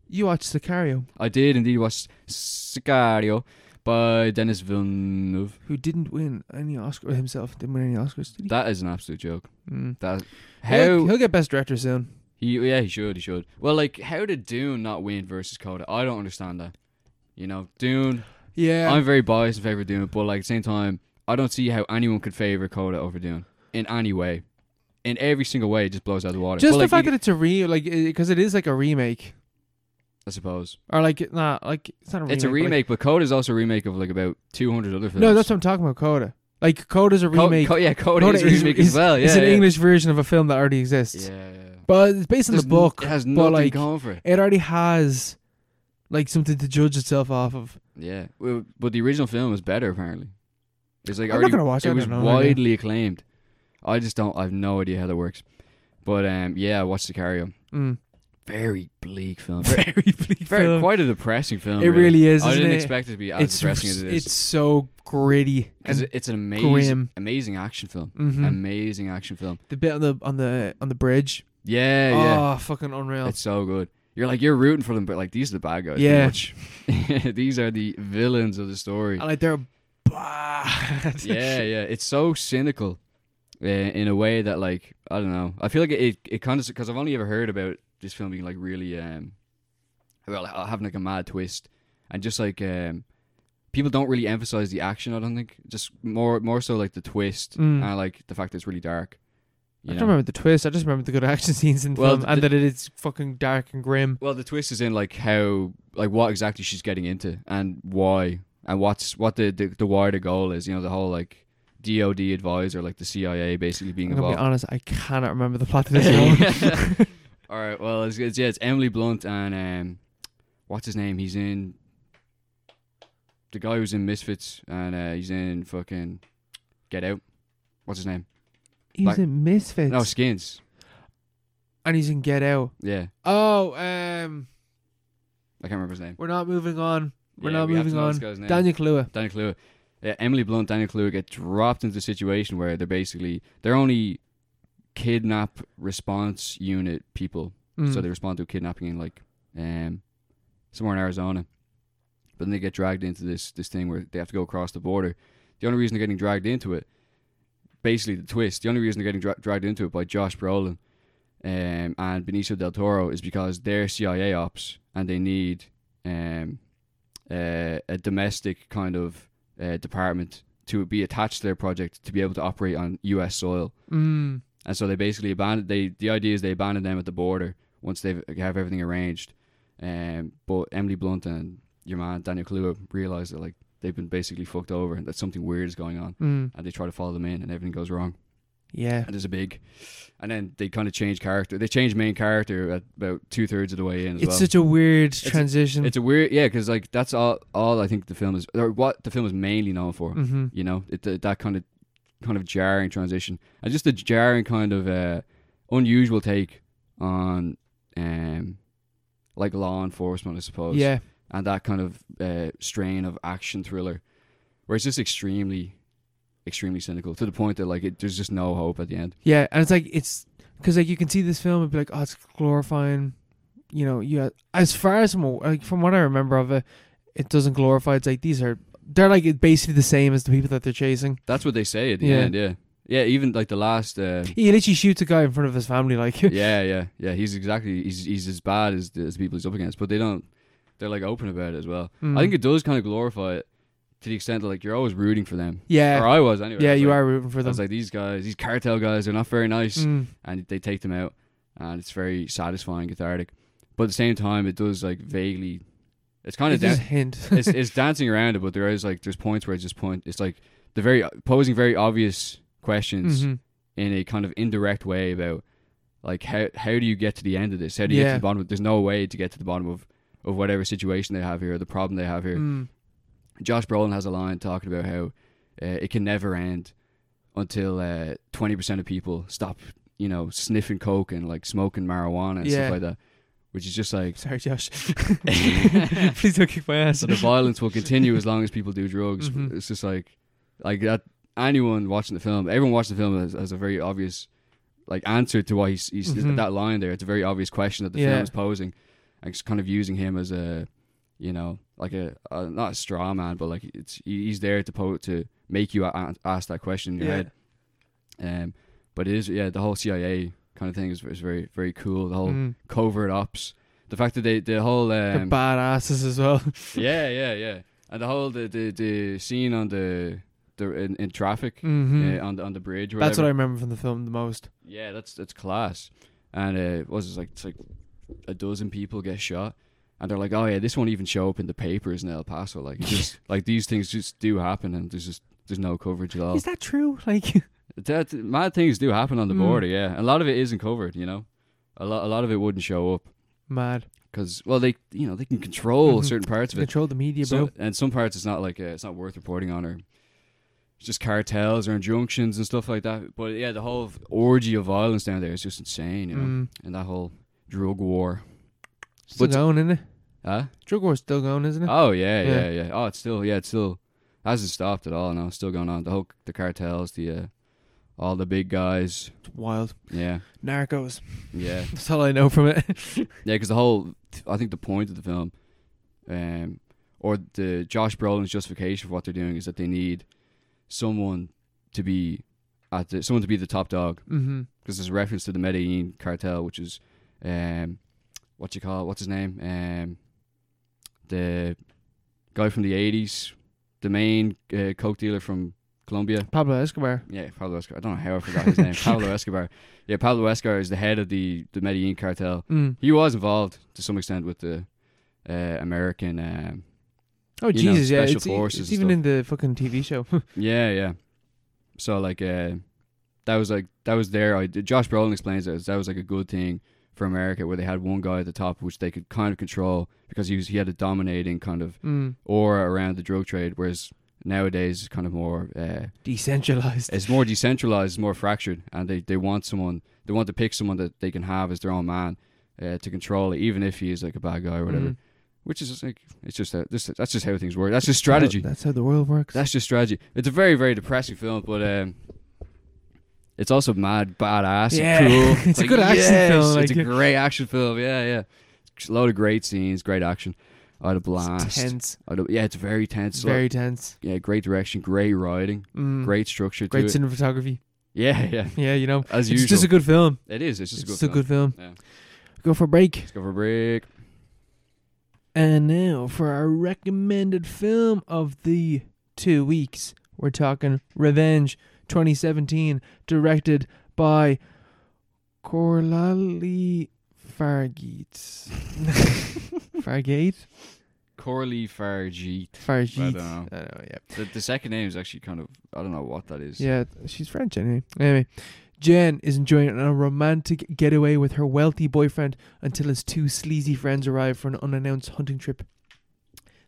S1: you watched Sicario,
S2: I did indeed watch Sicario by Dennis Villeneuve.
S1: who didn't win any Oscar himself. Didn't win any Oscars, did he?
S2: That is an absolute joke.
S1: Mm.
S2: That how
S1: He'll, he'll get best director soon.
S2: He yeah, he should, he should. Well, like how did Dune not win versus Coda? I don't understand that. You know, Dune.
S1: Yeah,
S2: I'm very biased in favor of Dune, but like at the same time, I don't see how anyone could favor Coda over Dune in any way. In every single way, it just blows out of the water.
S1: just
S2: But,
S1: the
S2: like,
S1: fact
S2: you-
S1: that it's a re like because it is like a remake
S2: I suppose
S1: or like nah like it's not a remake.
S2: it's a
S1: but, like,
S2: remake, but Coda is also a remake of like about 200 other films.
S1: No, that's what I'm talking about. Coda. Like Coda's a
S2: Co-
S1: remake.
S2: Co- yeah, Coda, is a remake as well. Yeah,
S1: it's an
S2: yeah.
S1: English version of a film that already exists.
S2: Yeah, yeah.
S1: But it's based on
S2: There's
S1: the
S2: n-
S1: book.
S2: it has
S1: but,
S2: nothing
S1: like,
S2: going for it.
S1: It already has like something to judge itself off of.
S2: Yeah, Well, but the original film was better apparently. It's like
S1: I'm not
S2: already-
S1: gonna watch it,
S2: It
S1: I
S2: was
S1: don't know,
S2: widely acclaimed. I just don't. I have no idea how that works. But um, yeah, I watched Sicario.
S1: Mm.
S2: Very bleak film. Very,
S1: Very bleak
S2: very-
S1: film.
S2: quite a depressing film.
S1: it really is.
S2: I
S1: isn't
S2: didn't
S1: it?
S2: expect it to be as
S1: it's
S2: depressing as it
S1: it's
S2: is.
S1: so gritty
S2: Because
S1: and
S2: it- it's an amazing,
S1: grim.
S2: amazing action film.
S1: Mhm.
S2: Amazing action film.
S1: the bit on the on the on the bridge.
S2: Yeah, yeah.
S1: Oh, fucking unreal.
S2: It's so good. You're like you're rooting for them, but like these are the bad guys.
S1: Yeah.
S2: pretty much. these are the villains of the story.
S1: and like they're bad.
S2: yeah, yeah. It's so cynical uh, in a way that, like, I don't know. I feel like it, it, kind of, because I've only ever heard about this film being, like, really, um, well, ha- having, like, a mad twist. And just, like, um, people don't really emphasize the action, I don't think. Just more more so, like, the twist
S1: Mm.
S2: and, like, the fact that it's really dark.
S1: I
S2: You
S1: don't
S2: know?
S1: remember the twist. I just remember the good action scenes in the
S2: Well,
S1: film, and
S2: the-
S1: that it is fucking dark and grim.
S2: Well, the twist is in, like, how, like, what exactly she's getting into and why and what's, what the, the, the wider goal is, you know, the whole, like, DOD advisor, like the CIA, basically being
S1: I'm gonna
S2: involved.
S1: be honest, I cannot remember the plot of this film.
S2: All right. Well, it's, it's yeah, it's Emily Blunt and um, what's his name? He's in the guy who's in Misfits and uh, he's in fucking Get Out. What's his name?
S1: He's
S2: Like-
S1: in Misfits.
S2: No, Skins.
S1: and he's in Get Out.
S2: Yeah,
S1: Oh, um,
S2: I can't remember his name.
S1: we're not moving on. We're
S2: Yeah,
S1: not
S2: we have to
S1: moving
S2: know this
S1: on.
S2: guy's name.
S1: Daniel Kaluuya.
S2: Daniel Kaluuya. Yeah, Emily Blunt, Daniel Kaluuya get dropped into a situation where they're basically they're only kidnap response unit people.
S1: Mm.
S2: So they respond to a kidnapping in like um somewhere in Arizona. But then they get dragged into this this thing where they have to go across the border. The only reason they're getting dragged into it, basically the twist, the only reason they're getting dra- dragged into it by Josh Brolin um, and Benicio del Toro is because they're CIA ops and they need um, uh, a domestic kind of uh, department to be attached to their project to be able to operate on U.S. soil.
S1: Mm.
S2: And so they basically abandoned they the idea is they abandon them at the border once they have everything arranged. Um, but Emily Blunt and your man Daniel Kaluuya realize that like they've been basically fucked over and that something weird is going on,
S1: Mm.
S2: and they try to follow them in, and everything goes wrong.
S1: Yeah.
S2: And there's a big, and then they kind of change character. They change main character at about two thirds of the way in. As
S1: It's
S2: well.
S1: such a weird
S2: a-
S1: transition.
S2: it's a weird yeah because like that's all all I think the film is or what the film is mainly known for
S1: mm-hmm.
S2: you know it, th- that kind of kind of jarring transition and just a jarring kind of uh, unusual take on um, like law enforcement i suppose
S1: Yeah.
S2: and that kind of uh, strain of action thriller where it's just extremely extremely cynical to the point that like it, there's just no hope at the end
S1: Yeah, and it's like it's because like you can see this film and be like, oh, it's glorifying, you know, yeah. As far as from like from what I remember of it, it doesn't glorify. It's like these are they're like basically the same as the people that they're chasing.
S2: that's what they say at the
S1: Yeah.
S2: end yeah yeah even like the last uh,
S1: He literally shoots a guy in front of his family, like
S2: yeah yeah yeah he's exactly he's, he's as bad as the, as the people he's up against but they don't they're like open about it as well
S1: Mm.
S2: I think it does kind of glorify it to the extent that like you're always rooting for them. Or
S1: yeah,
S2: I was anyway. I
S1: yeah,
S2: was
S1: you
S2: like,
S1: are rooting for
S2: I
S1: them.
S2: was like these guys, these cartel guys, they're not very nice,
S1: Mm.
S2: and they take them out, and it's very satisfying, cathartic. But at the same time, it does like vaguely, it's kind
S1: It
S2: of
S1: just
S2: dan-
S1: hint.
S2: it's, it's dancing around it, but there is like there's points where it's just point. It's like the very posing very obvious questions
S1: Mhm.
S2: in a kind of indirect way about like how how do you get to the end of this? How do you get
S1: Yeah.
S2: to the bottom? of There's no way to get to the bottom of of whatever situation they have here, or the problem they have here.
S1: Mm.
S2: Josh Brolin has a line talking about how uh, it can never end until uh, twenty percent of people stop, you know, sniffing coke and like smoking marijuana and
S1: Yeah.
S2: stuff like that, which is just like
S1: Sorry, Josh. Please don't kick my ass.
S2: so the violence will continue as long as people do drugs.
S1: Mhm.
S2: It's just like like that. Anyone watching the film, everyone watching the film has, has a very obvious like answer to why he's, he's
S1: Mhm.
S2: that line there. It's a very obvious question that the
S1: Yeah.
S2: film is posing, and it's kind of using him as a you know like a, a not a straw man, but like it's he- he's there to po- to make you a- a- ask that question in your
S1: Yeah.
S2: head. Um, but it is yeah the whole CIA kind of thing is, is very very cool. The whole
S1: Mm.
S2: covert ops, the fact that they the whole
S1: They're
S2: um,
S1: badasses as well.
S2: yeah, yeah, yeah. And the whole the the, the scene on the the in, in traffic
S1: Mhm.
S2: uh, on the on the bridge. Or
S1: That's what I
S2: whatever.
S1: remember from the film the most.
S2: Yeah, that's that's class. And uh, what was it like? It's like a dozen people get shot, and they're like, "Oh yeah, this won't even show up in the papers in El Paso." Like it's just like these things just do happen, and there's just there's no coverage at all.
S1: Is that true? Like,
S2: That mad things do happen on the
S1: Mm.
S2: border. Yeah, a lot of it isn't covered. You know, a lot a lot of it wouldn't show up
S1: mad.
S2: because well they you know they can control
S1: Mhm.
S2: certain parts of it.
S1: Control the media,
S2: Some-
S1: bro.
S2: and some parts it's not like uh, it's not worth reporting on or it's just cartels or injunctions and stuff like that. But yeah, the whole orgy of violence down there is just insane, you know.
S1: Mm.
S2: And that whole drug war.
S1: Still
S2: But-
S1: going, isn't it?
S2: Huh?
S1: Drug war's still going, isn't it?
S2: Oh yeah,
S1: Yeah.
S2: yeah, yeah, Oh, it's still yeah, it's still hasn't stopped at all. No, it's still going on. The whole the cartels, the uh, all the big guys.
S1: It's wild.
S2: Yeah,
S1: Narcos.
S2: yeah.
S1: That's all I know from it.
S2: Yeah, because the whole, I think the point of the film, um, or the Josh Brolin's justification for what they're doing is that they need someone to be at the, someone to be the top dog
S1: mm-hmm.
S2: because there's a reference to the Medellin cartel, which is, um, what you call it, what's his name, um, the guy from the '80s, the main uh, coke dealer from Colombia.
S1: Pablo Escobar.
S2: Yeah, Pablo Escobar. I don't know how I forgot his name. Pablo Escobar. Yeah, Pablo Escobar is the head of the the Medellin cartel
S1: Mm.
S2: he was involved to some extent with the uh, American. Um,
S1: Oh
S2: You know,
S1: Jesus, yeah.
S2: special
S1: It's, e-
S2: forces
S1: it's
S2: and
S1: even in the fucking TV show.
S2: yeah, yeah. So like, uh, that was like that was their. I- Josh Brolin explains that that was like a good thing for America where they had one guy at the top which they could kind of control because he was he had a dominating kind of
S1: Mm.
S2: aura around the drug trade, whereas nowadays it's kind of more uh,
S1: Decentralized.
S2: it's more decentralized, it's more fractured, and they, they want someone they want to pick someone that they can have as their own man uh, to control it, even if he is like a bad guy or whatever.
S1: Mm.
S2: Which is just like it's just a, this, that's just how things work. That's just strategy.
S1: That's how the world works.
S2: That's just strategy. It's a very very depressing film, but um, it's also mad badass.
S1: Yeah.
S2: and cool.
S1: It's a good action film, like,
S2: it's a
S1: yeah.
S2: great action film. Yeah, yeah. It's a load of great scenes, great action. I had a blast.
S1: It's tense.
S2: I don't- yeah, it's very tense. It's a lot-
S1: Very tense.
S2: yeah, great direction, great writing,
S1: Mm.
S2: great structure.
S1: Great
S2: to it.
S1: cinematography.
S2: Yeah, yeah.
S1: Yeah, you know.
S2: As
S1: it's
S2: usual,
S1: just a good film.
S2: it is. It's just
S1: it's
S2: a good.
S1: a
S2: film.
S1: good film.
S2: Yeah.
S1: Go for a break.
S2: Let's go for a break.
S1: And now for our recommended film of the two weeks. We're talking Revenge 2017, directed by Corlali Fargate. Fargate?
S2: Corley Farjeet.
S1: Fargate.
S2: dunno.
S1: I don't know, Oh, yeah.
S2: The, the second name is actually kind of I don't know what that is.
S1: Yeah, she's French anyway. Anyway, Jen is enjoying a romantic getaway with her wealthy boyfriend until his two sleazy friends arrive for an unannounced hunting trip.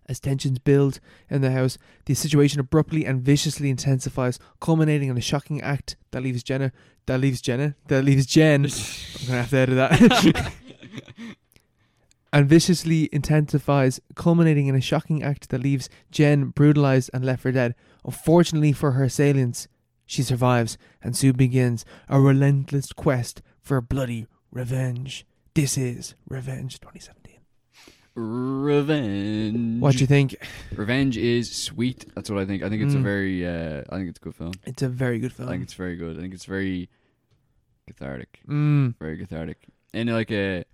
S1: As tensions build in the house, the situation abruptly and viciously intensifies, culminating in a shocking act that leaves Jenna, that leaves Jenna, that leaves Jen. I'm gonna have to edit that. and viciously intensifies, culminating in a shocking act that leaves Jen brutalized and left for dead. Unfortunately for her assailants, she survives and soon begins a relentless quest for bloody revenge. This is Revenge 2017.
S2: Revenge.
S1: What do you think?
S2: Revenge is sweet. That's what I think. I think it's a
S1: Mm. Um.
S2: very. Uh, I think it's a good film.
S1: It's a very good film.
S2: I think it's very good. I think it's very cathartic.
S1: mm,
S2: Very cathartic. In like a,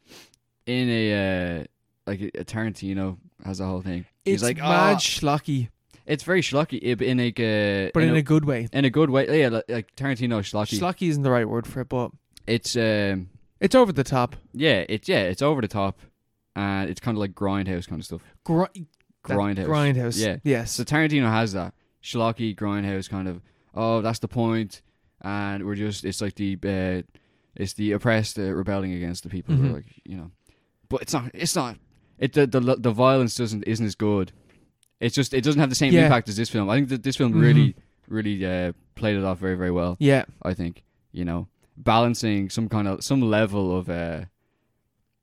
S2: in a uh, like a, a Tarantino has the whole thing. He's
S1: it's
S2: like,
S1: mad
S2: "Ah."
S1: schlocky,
S2: It's very schlocky, eh, but in like a,
S1: but in,
S2: in
S1: a, good way.
S2: in a good way. Yeah, like, like Tarantino schlocky.
S1: Schlocky. isn't the right word for it, but
S2: it's um,
S1: it's over the top.
S2: yeah, it's yeah, it's over the top, and it's kind of like grindhouse kind of stuff.
S1: Gr- that-
S2: Grindhouse.
S1: Grindhouse.
S2: Yeah.
S1: Yes.
S2: So Tarantino has that schlocky grindhouse kind of. Oh, that's the point, and we're just it's like the uh, it's the oppressed uh, rebelling against the people. who are
S1: Mhm.
S2: like you know, but it's not. It's not. It the the, the violence doesn't isn't as good. It's just it doesn't have the same
S1: Yeah.
S2: impact as this film. I think that this film
S1: Mhm.
S2: really really uh, played it off very very well.
S1: yeah.
S2: I think you know balancing some kind of some level of uh,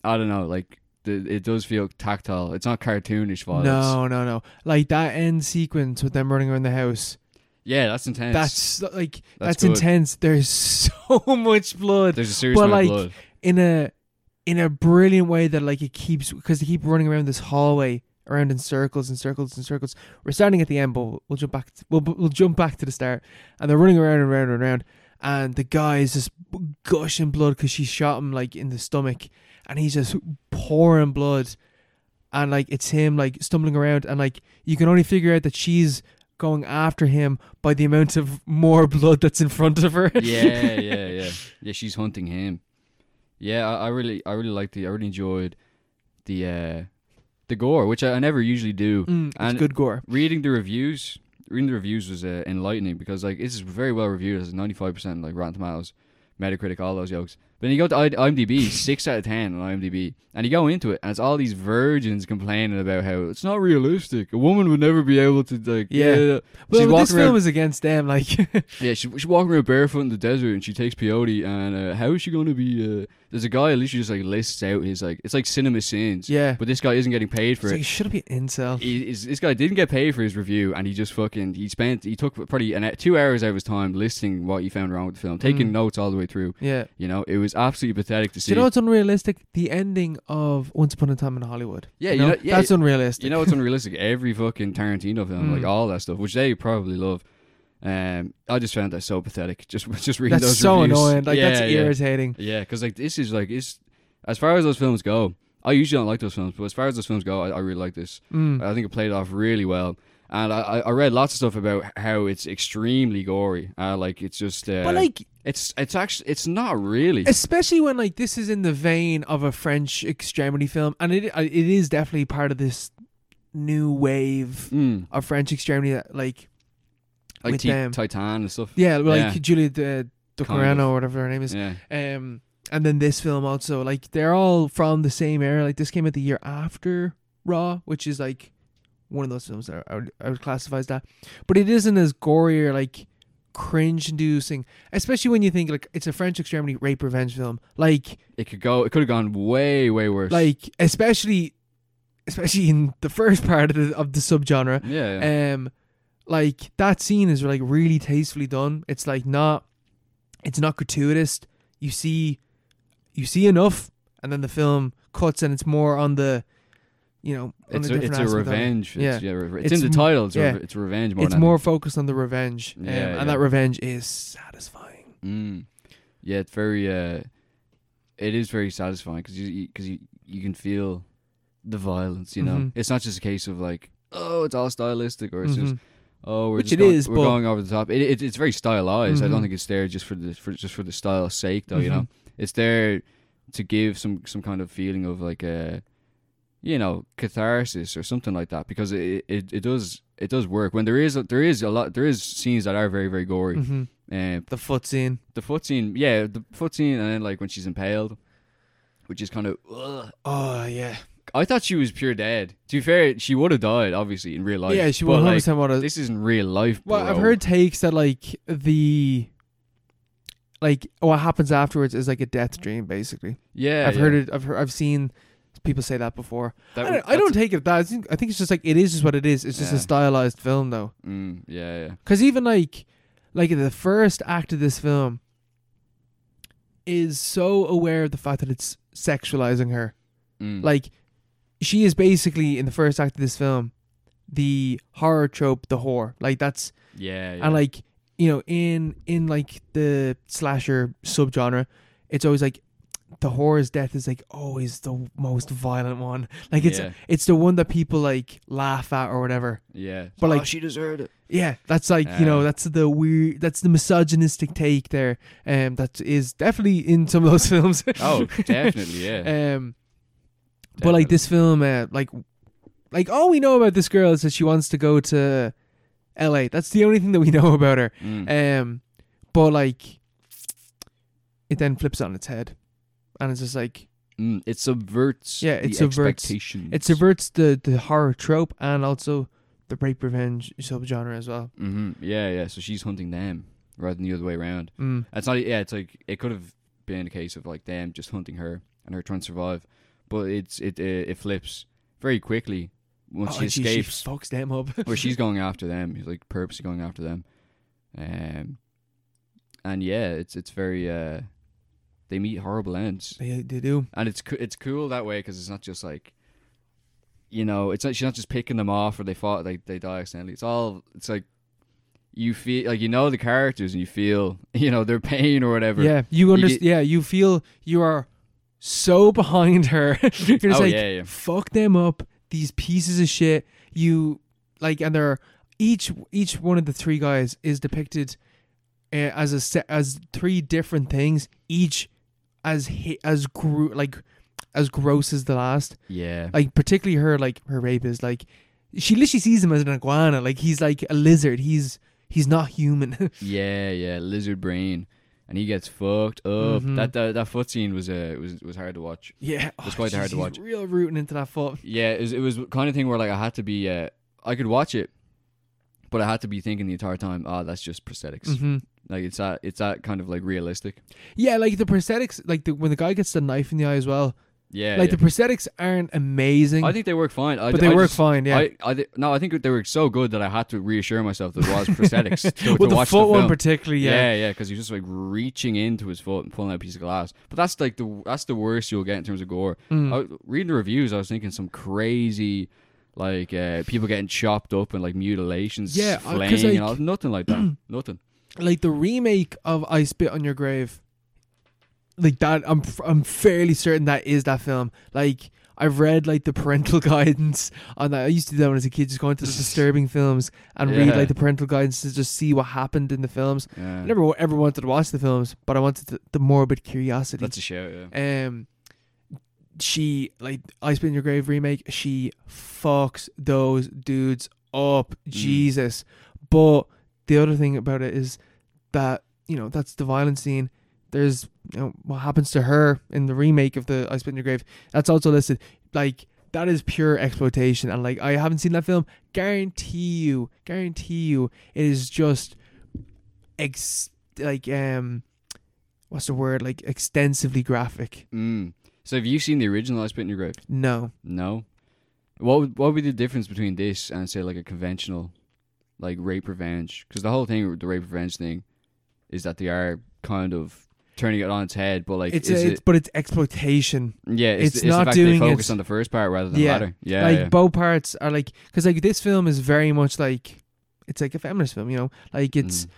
S2: I don't know like. The, it does feel tactile. It's not cartoonish violence.
S1: No, no, no. Like that end sequence with them running around the house.
S2: Yeah, that's intense.
S1: That's like that's,
S2: That's good.
S1: intense. There's so much blood.
S2: There's a serious
S1: But,
S2: amount
S1: like,
S2: of blood.
S1: in a in a brilliant way that like it keeps because they keep running around this hallway around in circles and circles and circles. We're starting at the end, but we'll jump back. To, we'll we'll jump back to the start, and they're running around and around and around. And the guy is just gushing blood because she shot him like in the stomach, and he's just pouring blood, and like it's him like stumbling around, and like you can only figure out that she's going after him by the amount of more blood that's in front of her.
S2: yeah, yeah, yeah. Yeah, she's hunting him. Yeah, I, I really, I really liked the, I really enjoyed the, uh the gore, which I, I never usually do.
S1: Mm, it's
S2: And-
S1: good gore.
S2: Reading the reviews, reading the reviews was uh, enlightening because like this is very well reviewed. It's ninety five percent like Rotten Tomatoes, Metacritic, all those jokes. But then you go to I- IMDb, six out of ten on IMDb, and you go into it, and it's all these virgins complaining about how it's not realistic. A woman would never be able to like,
S1: Yeah.
S2: yeah.
S1: Well,
S2: She's
S1: but this
S2: walking around-
S1: film is against them. Like,
S2: Yeah, she, she's walking around barefoot in the desert, and she takes peyote. And uh, how is she going to be? Uh, there's a guy literally just like lists out his like it's like cinema sins.
S1: yeah,
S2: But this guy isn't getting paid for
S1: It's
S2: it.
S1: Like, should be an incel.
S2: He, is- this guy didn't get paid for his review, and he just fucking he spent he took probably an, two hours out of his time listing what he found wrong with the film, taking
S1: Mm.
S2: notes all the way through.
S1: Yeah.
S2: You know, it was absolutely pathetic to
S1: Do
S2: see.
S1: you know what's unrealistic? The ending of Once Upon a Time in Hollywood.
S2: yeah,
S1: You
S2: you know,
S1: know?
S2: yeah,
S1: that's unrealistic.
S2: You know it's unrealistic. Every fucking Tarantino film, like
S1: Mm.
S2: all that stuff, which they probably love. Um, I just found that so pathetic. Just just reading
S1: that's
S2: those
S1: so
S2: reviews.
S1: annoying. Like
S2: Yeah,
S1: that's
S2: yeah.
S1: irritating.
S2: Yeah, because like this is like it's as far as those films go. I usually don't like those films, but as far as those films go, I, I really like this.
S1: Mm.
S2: I think it played off really well, and I, I- I read lots of stuff about how it's extremely gory. Uh, like it's just, uh,
S1: but like,
S2: it's it's actually it's not really.
S1: especially when like this is in the vein of a French extremity film, and it uh, it is definitely part of this new wave
S2: Mm,
S1: of French extremity. That like,
S2: like
S1: With
S2: Ti-
S1: them.
S2: Titan and stuff.
S1: yeah, like
S2: Yeah.
S1: Julia uh, De, De
S2: Kind of.
S1: or whatever her name is.
S2: Yeah,
S1: Um, and then this film also like they're all from the same era like this came out the year after raw which is like one of those films that i would, I would classify as that but it isn't as gory or like cringe inducing especially when you think like it's a french extremity rape revenge film like
S2: It could go. It could have gone way, way worse.
S1: like especially especially in the first part of the, of the subgenre
S2: yeah, yeah.
S1: um like that scene is like really tastefully done it's like not it's not gratuitous you see you see enough and then the film cuts and it's more on the you know on
S2: it's
S1: the
S2: a,
S1: different
S2: it's a
S1: aspect of it.
S2: revenge. It's, yeah. re- it's,
S1: It's
S2: in the
S1: m-
S2: title. It's,
S1: yeah.
S2: re- it's revenge more.
S1: it's
S2: than
S1: more focused on the revenge um,
S2: Yeah,
S1: and
S2: yeah.
S1: that revenge is satisfying
S2: Mm. Yeah, it's very. Uh, it is very satisfying because you because you, you can feel the violence. You know,
S1: Mhm.
S2: it's not just a case of like, oh, it's all stylistic, or it's just
S1: Mhm.
S2: oh, we're
S1: Which
S2: just
S1: it
S2: going,
S1: is,
S2: we're
S1: but-
S2: going over the top. It, it, it's very stylized. I don't
S1: Mhm.
S2: think it's there just for the for just for the style's sake, though. You
S1: Mhm.
S2: know, it's there to give some some kind of feeling of like a, you know, catharsis or something like that because it it, it does it does work when there is a, there is a lot there is scenes that are very very gory.
S1: Mhm.
S2: Uh,
S1: the foot scene
S2: the foot scene, yeah, the foot scene, and then like when she's impaled, which is kind of. Ugh.
S1: oh yeah
S2: I thought she was pure dead. To be fair, she would have died, obviously, in real life.
S1: yeah she
S2: but,
S1: 100%
S2: like,
S1: what a-
S2: This isn't real life.
S1: Well, I've
S2: bro.
S1: heard takes that like the like what happens afterwards is like a death dream, basically.
S2: Yeah,
S1: I've heard it. I've heard, I've seen people say that before.
S2: That
S1: I
S2: would-
S1: don't, I don't
S2: that's
S1: take it that. I think, I think it's just like it is just what it is. It's just
S2: Yeah.
S1: a stylized film, though.
S2: a- mm, yeah, yeah.
S1: Because even like like the first act of this film is so aware of the fact that it's sexualizing her.
S2: Mm.
S1: Like she is basically in the first act of this film the horror trope, the whore. Like that's
S2: yeah, yeah.
S1: and like you know in in like the slasher subgenre it's always like the horror's death is like always the most violent one like it's
S2: yeah,
S1: it's the one that people like laugh at or whatever
S2: yeah.
S1: but,
S2: Oh,
S1: like-
S2: she deserved it.
S1: yeah that's like you know
S2: Uh.
S1: that's the weird that's the misogynistic take there um that is definitely in some of those films
S2: Oh, definitely, yeah.
S1: um but like this film uh, like like all we know about this girl is that she wants to go to la that's the only thing that we know about her
S2: definitely. Mm.
S1: um, but like, it then flips on its head, and it's just like
S2: Mm, it subverts.
S1: Yeah, it
S2: the
S1: subverts-
S2: expectations.
S1: it subverts the the horror trope and also the rape revenge subgenre as well.
S2: hmm Yeah, yeah. So she's hunting them rather than the other way around.
S1: Mm.
S2: It's not. Yeah, it's like it could have been a case of like them just hunting her and her trying to survive, but it's it uh, it flips very quickly once
S1: Oh,
S2: she
S1: and she-
S2: escapes.
S1: she fucks them up.
S2: where she's going after them. He's like purposely going after them. Um, and yeah, it's it's very. Uh, they meet horrible ends,
S1: they, they do.
S2: and it's co- it's cool that way because it's not just like, you know, it's not she's not just picking them off or they fought they they die accidentally. It's all it's like. You feel like you know the characters, and you feel you know their pain or whatever.
S1: Yeah, you
S2: You
S1: understand.
S2: get-
S1: yeah, you feel you are so behind her. You're just
S2: Oh
S1: like,
S2: yeah, yeah.
S1: fuck them up. These pieces of shit. You like, and they're each each one of the three guys is depicted uh, as a set as three different things, each as hi- as gro- like as gross as the last.
S2: Yeah.
S1: Like particularly her like her rapist. Like she literally sees him as an iguana. Like he's like a lizard. He's he's not human.
S2: Yeah, yeah, lizard brain, and he gets fucked up.
S1: Mhm.
S2: That, that that foot scene was uh, was was hard to watch.
S1: yeah, Oh,
S2: It's quite hard to
S1: she's
S2: watch.
S1: Real rooting into that foot.
S2: Yeah, it was, it was the kind of thing where like I had to be, uh, I could watch it, but I had to be thinking the entire time, ah, that's just prosthetics.
S1: Mm-hmm.
S2: Like it's that it's that kind of like realistic.
S1: Yeah, like the prosthetics. Like the, when the guy gets the knife in the eye as well.
S2: Yeah,
S1: like
S2: yeah.
S1: the prosthetics aren't amazing,
S2: I think they work fine. I,
S1: but they
S2: I
S1: work
S2: just-
S1: fine. Yeah.
S2: I, I, thi- no, I think they were so good that I had to reassure myself that it was prosthetics. to, to
S1: well, the
S2: watch
S1: foot
S2: the
S1: one
S2: film.
S1: particularly, yeah.
S2: yeah, yeah, because he's just like reaching into his foot and pulling out a piece of glass. But that's like the that's the worst you'll get in terms of gore.
S1: Mm.
S2: I, reading the reviews, I was thinking some crazy, like uh, people getting chopped up and like mutilations,
S1: Yeah, uh, 'cause,
S2: flaying, and
S1: like-
S2: all, nothing like that, nothing.
S1: Like the remake of I Spit on Your Grave, like that. I'm f- I'm fairly certain that is that film. Like I've read like the parental guidance on that. I used to do that when I was a kid, just going to the disturbing films and
S2: Yeah.
S1: read like the parental guidance to just see what happened in the films.
S2: Yeah.
S1: I never wa- ever wanted to watch the films, but I wanted the, the morbid curiosity.
S2: That's a shout. Yeah.
S1: um she like I Spit in Your Grave remake, she fucks those dudes up.
S2: Mm.
S1: Jesus. But the other thing about it is that, you know, that's the violent scene. There's you know, what happens to her in the remake of the I Spit in Your Grave. That's also listed. Like that is pure exploitation, and like I haven't seen that film. Guarantee you, guarantee you, it is just ex like um, what's the word? Like extensively graphic.
S2: Mm. So have you seen the original I Spit in Your Grave?
S1: No,
S2: No. What would, what would be the difference between this and say like a conventional, like rape revenge? Because the whole thing, with the rape revenge thing, is that they are kind of turning it on its head. But like,
S1: it's,
S2: is
S1: it's
S2: it?
S1: but it's exploitation.
S2: Yeah, it's,
S1: it's
S2: it's
S1: not
S2: the fact
S1: doing
S2: that they focus
S1: its-
S2: on the first part rather than
S1: Yeah,
S2: the latter. Yeah,
S1: like
S2: yeah.
S1: both parts are like because like this film is very much like it's like a feminist film, you know, like it's
S2: Mm.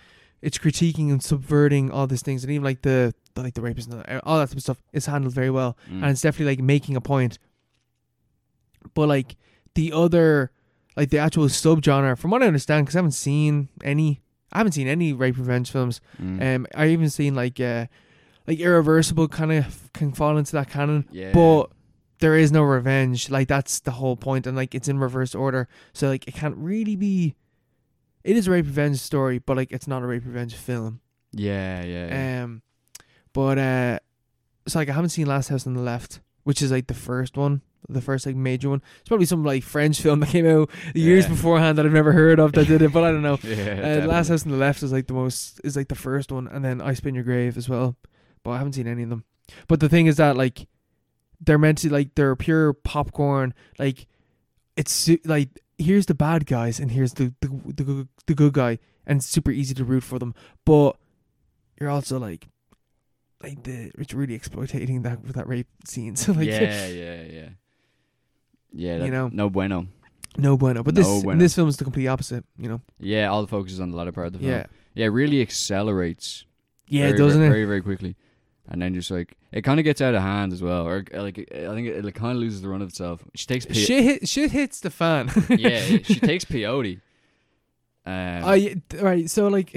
S1: it's critiquing and subverting all these things, and even like the like the rapist and all that type of stuff is handled very well,
S2: Mm.
S1: and it's definitely like making a point. But like the other, like the actual subgenre, from what I understand, because I haven't seen any, I haven't seen any rape revenge films.
S2: Mm.
S1: Um, I even seen like uh, like irreversible kind of can fall into that canon
S2: Mm. yeah.
S1: but there is no revenge like that's the whole point and like it's in reverse order so like it can't really be it is a rape revenge story but like it's not a rape revenge film
S2: yeah, yeah, yeah.
S1: um but uh so like i haven't seen last house on the left which is like the first one the first like major one it's probably some like french film that came out years
S2: Yeah.
S1: beforehand that i've never heard of that did it but i don't know
S2: yeah,
S1: uh,
S2: definitely.
S1: last house on the left is like the most is like the first one, and then I spin your grave as well. But I haven't seen any of them. But the thing is that like they're meant to like they're pure popcorn. Like it's su- like here's the bad guys and here's the the the, good- the good guy, and it's super easy to root for them. But you're also like like the it's really exploiting that with that rape scene. So like
S2: yeah, yeah, yeah. Yeah, that,
S1: You know.
S2: no bueno.
S1: no bueno. But
S2: No
S1: this
S2: bueno.
S1: this film is the complete opposite. You know.
S2: Yeah, all the focus is on the latter part of the film.
S1: Yeah.
S2: yeah, it really accelerates.
S1: Yeah,
S2: very,
S1: doesn't
S2: very,
S1: it?
S2: Very very quickly, and then just like it kind of gets out of hand as well, or uh, like I think it, it kind of loses the run of itself. She takes P-
S1: Shit, hit, shit hits the fan.
S2: yeah, yeah, she takes peyote. Um,
S1: I th- right, so like,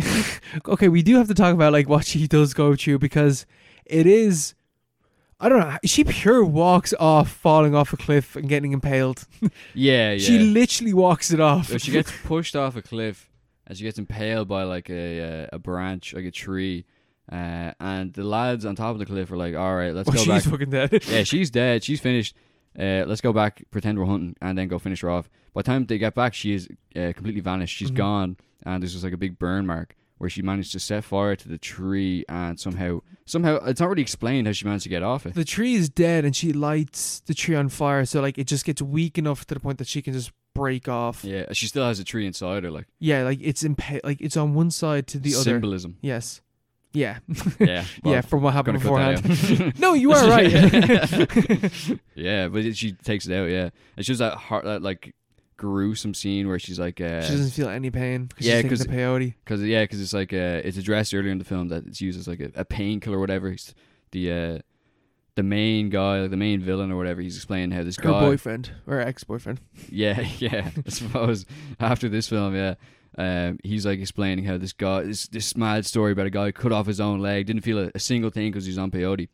S1: okay, we do have to talk about like what she does go through because it is, I don't know, she pure walks off falling off a cliff and getting impaled.
S2: yeah, yeah.
S1: She literally walks it off.
S2: So she gets pushed off a cliff, and she gets impaled by like a uh, a branch, like a tree, uh, and the lads on top of the cliff are like, "All right, let's
S1: Oh,
S2: go
S1: she's
S2: back."
S1: fucking dead.
S2: yeah, she's dead. She's finished. Uh, let's go back, pretend we're hunting, and then go finish her off. By the time they get back, she is uh, completely vanished. She's
S1: Mhm.
S2: gone, and there's just like a big burn mark where she managed to set fire to the tree, and somehow, somehow, it's not really explained how she managed to get off it.
S1: The tree is dead, and she lights the tree on fire. So like, it just gets weak enough to the point that she can just break off. Yeah,
S2: Yeah, she still has a tree inside her, like
S1: like it's impa- like it's on one side to the other.
S2: symbolism.
S1: Yes. Yeah.
S2: Yeah, well,
S1: yeah. From what
S2: I'm
S1: happened
S2: gonna cut
S1: beforehand.
S2: that out.
S1: No, you are right.
S2: yeah, but it- she takes it out. Yeah, it's just that heart, that like gruesome scene where she's like, uh,
S1: She doesn't feel any pain because
S2: Yeah,
S1: she's taking
S2: 'cause-
S1: the peyote.
S2: Cause yeah, cause it's like uh, it's addressed earlier in the film that it's used as like a, a painkiller or whatever. It's the uh, the main guy, like the main villain or whatever, he's explaining how this
S1: Her
S2: guy,
S1: boyfriend or ex boyfriend.
S2: yeah, yeah, I suppose after this film, yeah, um, he's like explaining how this guy, this this mad story about a guy who cut off his own leg, didn't feel a, a single thing because he's on peyote,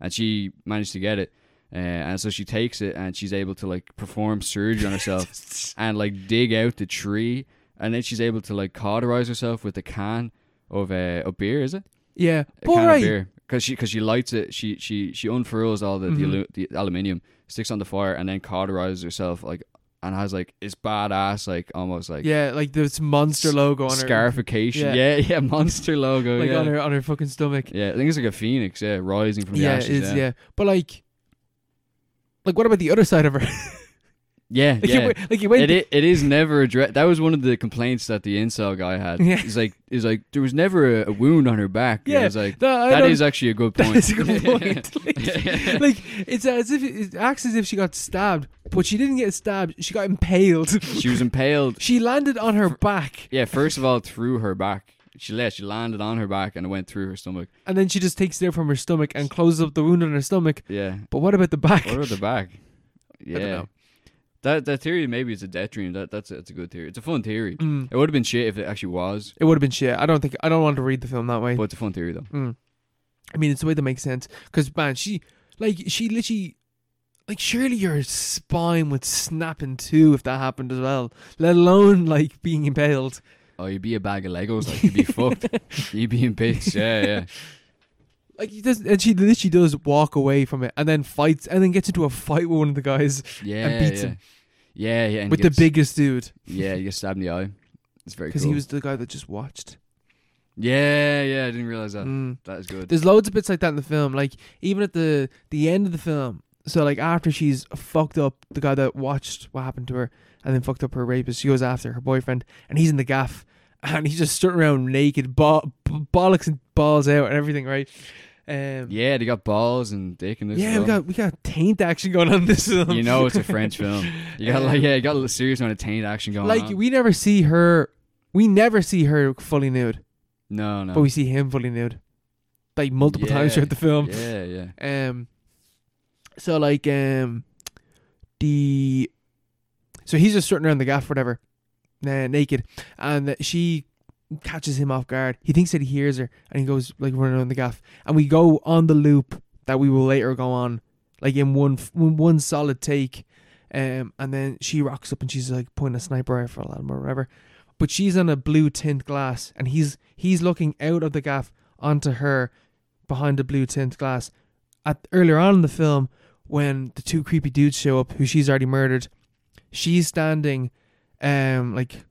S2: and she managed to get it, uh, and so she takes it and she's able to like perform surgery on herself and like dig out the tree, and then she's able to like cauterize herself with a can of uh, of beer. Is it
S1: Yeah,
S2: a
S1: but
S2: can of
S1: right,
S2: beer? Because she because she lights it, she she she unfurls all the the,
S1: Mhm.
S2: alu- the aluminium, sticks on the fire, and then cauterizes herself like and has like it's badass like almost like
S1: yeah, like this monster
S2: S-
S1: logo on her
S2: scarification.
S1: Yeah.
S2: Yeah. yeah, monster logo.
S1: like
S2: oh, yeah.
S1: on her on her fucking stomach.
S2: yeah, I think it's like a phoenix. Yeah, rising from the
S1: Yeah, it
S2: ashes.
S1: is. Yeah. but like, like what about the other side of her? like,
S2: yeah,
S1: it
S2: yeah.
S1: went- like it went.
S2: It, i- it is never addressed. That was one of the complaints that the incel guy had.
S1: Yeah.
S2: He's like, he's like, there was never a, a wound on her back. Yeah,
S1: Yeah,
S2: it's like
S1: No, I
S2: that
S1: don't-
S2: is actually a good point.
S1: that is a good point. like, like, it's as if it acts as if she got stabbed, but she didn't get stabbed. She got impaled.
S2: she was impaled.
S1: she landed on her back,
S2: Yeah, first of all, through her back. She left. She landed on her back and it went through her stomach.
S1: and then she just takes it out from her stomach and closes up the wound on her stomach.
S2: Yeah.
S1: But what about the back?
S2: What about the back? Yeah.
S1: don't know.
S2: That that theory maybe it's a death dream. That that's a, it's a good theory. It's a fun theory.
S1: Mm.
S2: It would have been shit if it actually was,
S1: It would have been shit. I don't think I don't want to read the film that way.
S2: but it's a fun theory though.
S1: Mm. I mean, it's the way that makes sense. Because man, she like she literally like surely your spine would snap in two if that happened as well. Let alone like being impaled.
S2: Oh, you'd be a bag of Legos. Like you'd be fucked. You'd be in bits. Yeah, yeah.
S1: Like he does, and she literally does walk away from it, and then fights, and then gets into a fight with one of the guys
S2: Yeah,
S1: beats
S2: yeah.
S1: him.
S2: Yeah, yeah. And
S1: with
S2: he gets,
S1: the biggest dude,
S2: Yeah, you get stabbed in the eye. It's very cool.
S1: because he was the guy that just watched.
S2: Yeah, yeah. I didn't realize that.
S1: Mm.
S2: That is good.
S1: There's loads of bits like that in the film. Like even at the the end of the film, so like after she's fucked up the guy that watched what happened to her and then fucked up her rapist, she goes after her boyfriend, and he's in the gaff, and he's just strutting around naked, bo- b- bollocks and balls out and everything, right? Um,
S2: yeah, they got balls and dick and this.
S1: yeah,
S2: as
S1: we
S2: well.
S1: got we got taint action going on in this film.
S2: You know, it's a French film. You got like
S1: Um,
S2: yeah, you got a serious amount of taint action going
S1: like
S2: on.
S1: we never see her, we never see her fully nude,
S2: no, no.
S1: but we see him fully nude, like multiple
S2: Yeah,
S1: times throughout the film.
S2: yeah, yeah.
S1: Um, so like um, the so he's just strutting around the gaff, whatever, uh, naked, and she catches him off guard. He thinks that he hears her, and he goes like running around the gaff, and we go on the loop that we will later go on, like in one f- one solid take. Um, and then she rocks up and she's like pointing a sniper rifle at him or whatever, but she's on a blue tint glass, and he's he's looking out of the gaff onto her behind the blue tint glass at earlier on in the film when the two creepy dudes show up who she's already murdered she's standing um like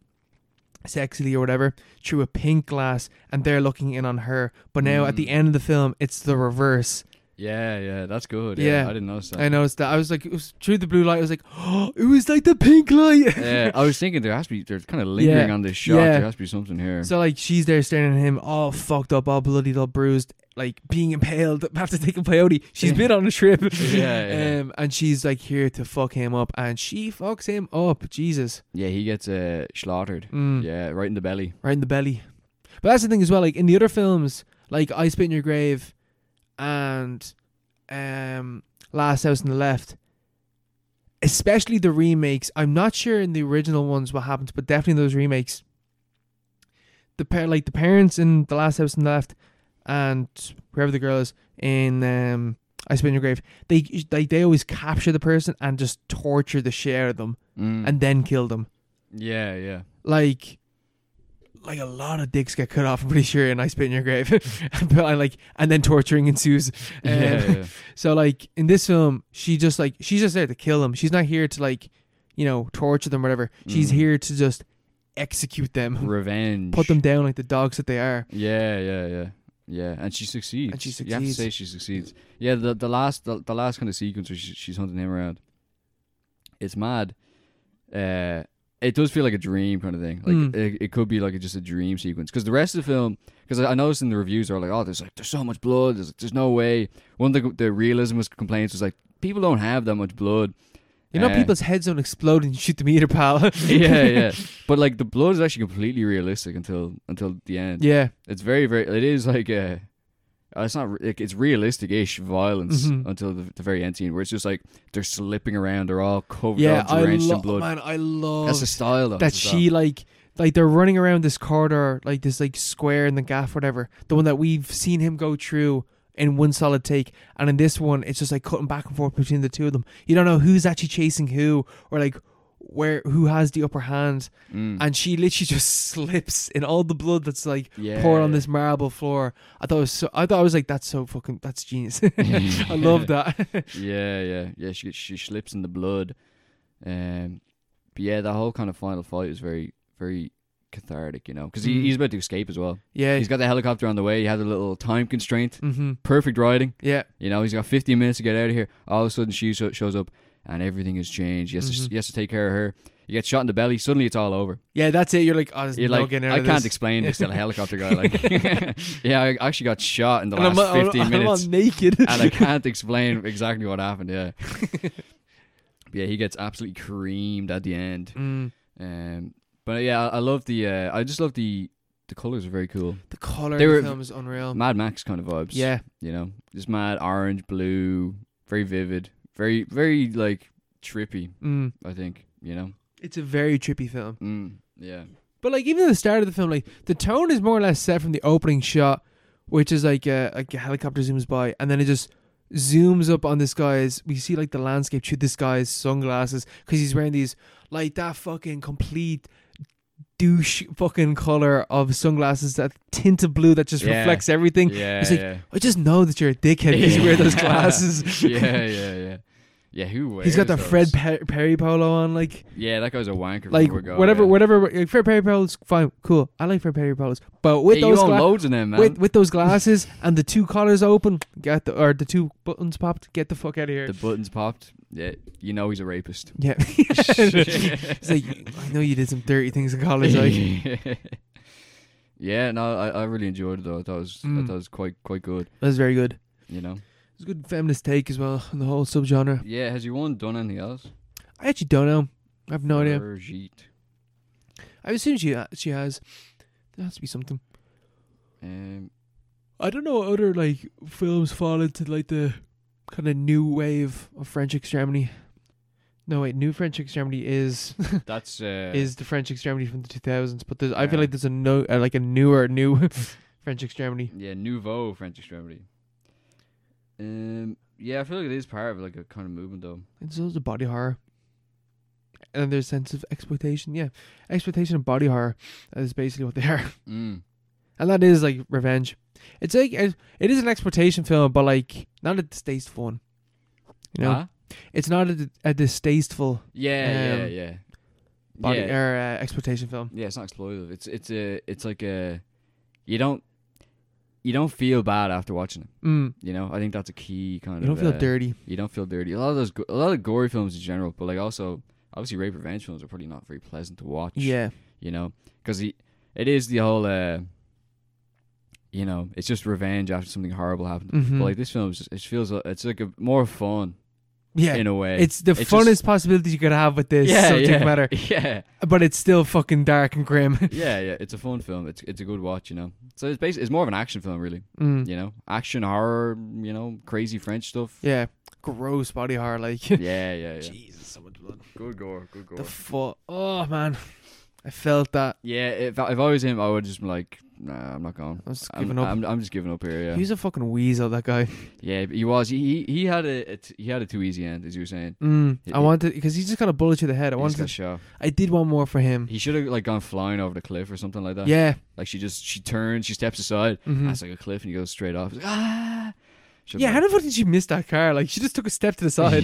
S1: sexily or whatever through a pink glass and they're looking in on her but now at the
S2: Mm.
S1: end of the film it's the reverse
S2: Yeah, yeah, that's good. Yeah,
S1: Yeah.
S2: I didn't notice that.
S1: i noticed that i was like it was through the blue light i was like oh it was like the pink light
S2: Yeah, I was thinking there has to be they're kind of lingering
S1: Yeah,
S2: on this shot.
S1: yeah.
S2: There has to be something here.
S1: so like she's there staring at him all fucked up all bloodied all bruised like being impaled have to take a peyote she's been on a trip
S2: yeah.
S1: um and she's like here to fuck him up and she fucks him up jesus
S2: yeah, he gets uh, slaughtered.
S1: Mm.
S2: Yeah, right in the belly.
S1: right in the belly. But that's the thing as well. Like in the other films, like I Spit in Your Grave, and um, Last House on the Left, especially the remakes. I'm not sure in the original ones what happens, but definitely in those remakes. The par- like the parents in the Last House on the Left, and whoever the girl is in um, I Spit in Your Grave, they like they always capture the person and just torture the shit out of them,
S2: Mm.
S1: and then kill them
S2: yeah, yeah,
S1: like like a lot of dicks get cut off i'm pretty sure and i spit in your grave but i like and then torturing ensues Um,
S2: yeah, yeah.
S1: so like in this film she just like she's just there to kill them she's not here to like you know torture them or whatever she's
S2: Mm.
S1: here to just execute them
S2: Revenge.
S1: put them down like the dogs that they are
S2: Yeah, yeah, yeah, yeah. And she succeeds.
S1: And she
S2: You have to
S1: succeeds.
S2: say she succeeds. Yeah, the the last the, the last kind of sequence where she, she's hunting him around. It's mad. Uh, it does feel like a dream kind of thing. Like
S1: Mm.
S2: it, it could be like just a dream sequence because the rest of the film. Because I, I noticed in the reviews are like, oh, there's like there's so much blood. There's, there's no way. One of the the realism was complaints was like people don't have that much blood.
S1: you know
S2: Uh,
S1: people's heads don't explode and you shoot them either pal
S2: yeah, yeah. But like the blood is actually completely realistic until until the end.
S1: yeah
S2: It's very, very. It is like a. uh, It's not. re- Like, it's realistic-ish violence
S1: Mhm.
S2: until the, the very end scene, where it's just like they're slipping around. They're all covered,
S1: yeah
S2: all
S1: i
S2: drenched in
S1: love
S2: blood.
S1: man i love
S2: That's the style. Though.
S1: that
S2: That's the style.
S1: she like like they're running around this corridor like this like square in the gaff whatever the one that we've seen him go through in one solid take and in this one it's just like cutting back and forth between the two of them you don't know who's actually chasing who or like where who has the upper hand
S2: Mm.
S1: and she literally just slips in all the blood that's like
S2: yeah.
S1: poured on this marble floor i thought it was so i thought i was like that's so fucking that's genius i love that
S2: Yeah, yeah, yeah. She she slips in the blood. Um, but yeah, that whole kind of final fight is very, very cathartic. You know, because he,
S1: Mm.
S2: he's about to escape as well.
S1: yeah
S2: He's got the helicopter on the way. He had a little time constraint.
S1: mm-hmm
S2: Perfect riding.
S1: yeah
S2: You know, he's got 15 minutes to get out of here. All of a sudden, she sho- shows up, and everything has changed. He has, to,
S1: Mhm.
S2: he has to take care of her. He gets shot in the belly. Suddenly, it's all over.
S1: yeah that's it you're like oh there's
S2: You're
S1: no
S2: like,
S1: getting out
S2: I
S1: of
S2: can't
S1: this.
S2: explain this to a helicopter guy. Like, yeah, I actually got shot in the
S1: and
S2: last
S1: I'm,
S2: 15
S1: I'm,
S2: minutes,
S1: I'm naked
S2: and I can't explain exactly what happened. Yeah, But yeah, he gets absolutely creamed at the end.
S1: Mm.
S2: Um, but yeah, I, I love the. Uh, I just love the. The colors are very cool.
S1: The color
S2: They
S1: in
S2: were-
S1: the film is unreal.
S2: Mad Max kind of vibes.
S1: Oh. yeah,
S2: you know, just mad orange, blue, very vivid, very, very like trippy.
S1: mm.
S2: I think you know.
S1: it's a very trippy film.
S2: Mm, yeah,
S1: But like even at the start of the film, like the tone is more or less set from the opening shot, which is like a, like a helicopter zooms by, and then it just zooms up on this guy's. We see like the landscape through this guy's sunglasses because he's wearing these like that fucking complete douche fucking color of sunglasses, that tint of blue that just
S2: Yeah.
S1: reflects everything.
S2: yeah,
S1: it's like,
S2: yeah.
S1: I just know that you're a dickhead because you wear those glasses.
S2: yeah, yeah, yeah. Yeah, who wears
S1: He's got the
S2: those?
S1: Fred Pe- Perry polo on, like,
S2: Yeah, that guy's a wanker.
S1: like
S2: from Borgo,
S1: whatever,
S2: yeah.
S1: whatever. Like, Fred Perry polos, fine, cool. I like Fred Perry polos, but with
S2: yeah,
S1: those
S2: you own
S1: gla-
S2: loads of them, man.
S1: with with those glasses and the two collars open, get the or the two buttons popped, get the fuck out of here.
S2: the buttons popped. Yeah, you know he's a rapist.
S1: yeah, it's like I know you did some dirty things in college, like
S2: yeah, no, I, I really enjoyed it though. I thought it was I
S1: Mm.
S2: thought it was quite quite good.
S1: that was very good.
S2: You know.
S1: It's a good feminist take as well on the whole subgenre.
S2: Yeah, has your one done anything else?
S1: I actually don't know. I have no idea.
S2: Brigitte.
S1: I assume she ha- she has. There has to be something.
S2: Um,
S1: I don't know what other like films fall into like the kind of new wave of French extremity. No wait, new French extremity is
S2: that's uh,
S1: is the French extremity from the two thousands, but there's, I feel
S2: Yeah.
S1: like there's a no uh, like a newer new French extremity.
S2: yeah nouveau French extremity. Um, yeah, I feel like it is part of like a kind of movement though.
S1: And so there's a body horror. And there's sense of exploitation, yeah, exploitation and body horror. That is basically what they are,
S2: Mm.
S1: and that is like revenge. It's like it it is an exploitation film, but like not a distasteful one. You know,
S2: Huh?
S1: it's not a, a distasteful
S2: Yeah, yeah,
S1: Um,
S2: yeah.
S1: body
S2: yeah.
S1: or uh, exploitation film.
S2: Yeah, it's not exploitative. It's it's a it's like a you don't you don't feel bad after watching it.
S1: Mm,
S2: You know, I think that's a key kind
S1: you don't
S2: of.
S1: feel
S2: uh,
S1: dirty.
S2: You don't feel dirty. A lot of those go- a lot of gory films in general, but like also obviously rape revenge films are probably not very pleasant to watch.
S1: Yeah,
S2: you know, because it is the whole. uh you know, it's just revenge after something horrible happened.
S1: Mhm.
S2: But like this film, is just, it feels a- it's like a more fun
S1: yeah.
S2: in a way.
S1: it's the
S2: it
S1: funnest
S2: just-
S1: possibility you could have with this subject
S2: yeah,
S1: matter,
S2: Yeah,
S1: but it's still fucking dark and grim.
S2: yeah, yeah. It's a fun film. It's it's a good watch, you know. So it's basically it's more of an action film, really.
S1: mm.
S2: You know, action horror. You know, crazy French stuff. Yeah,
S1: Yeah, gross body horror. Like
S2: yeah, yeah.
S1: Jesus, so much blood.
S2: Good gore, good gore.
S1: The fu- Oh man, I felt that.
S2: yeah, if I- if I was him, I would just be like, nah, I'm not going.
S1: I was
S2: I'm,
S1: giving up.
S2: I'm I'm just giving up here. Yeah,
S1: He was a fucking weasel. That guy.
S2: yeah. He was he he, he had a, a t- he had a too easy end, as you were saying.
S1: Mm.
S2: He-
S1: I wanted because he's just kind of bullet to the head. I
S2: He just got
S1: wanted.
S2: shot.
S1: I did one more for him.
S2: He should have like gone flying over the cliff or something like that.
S1: Yeah.
S2: Like she just she turns, she steps aside.
S1: mhm.
S2: That's like a cliff, and he goes straight off. He's like, ah. Should've
S1: Yeah.
S2: been-
S1: How the fuck did she miss that car? Like she just took a step to the side.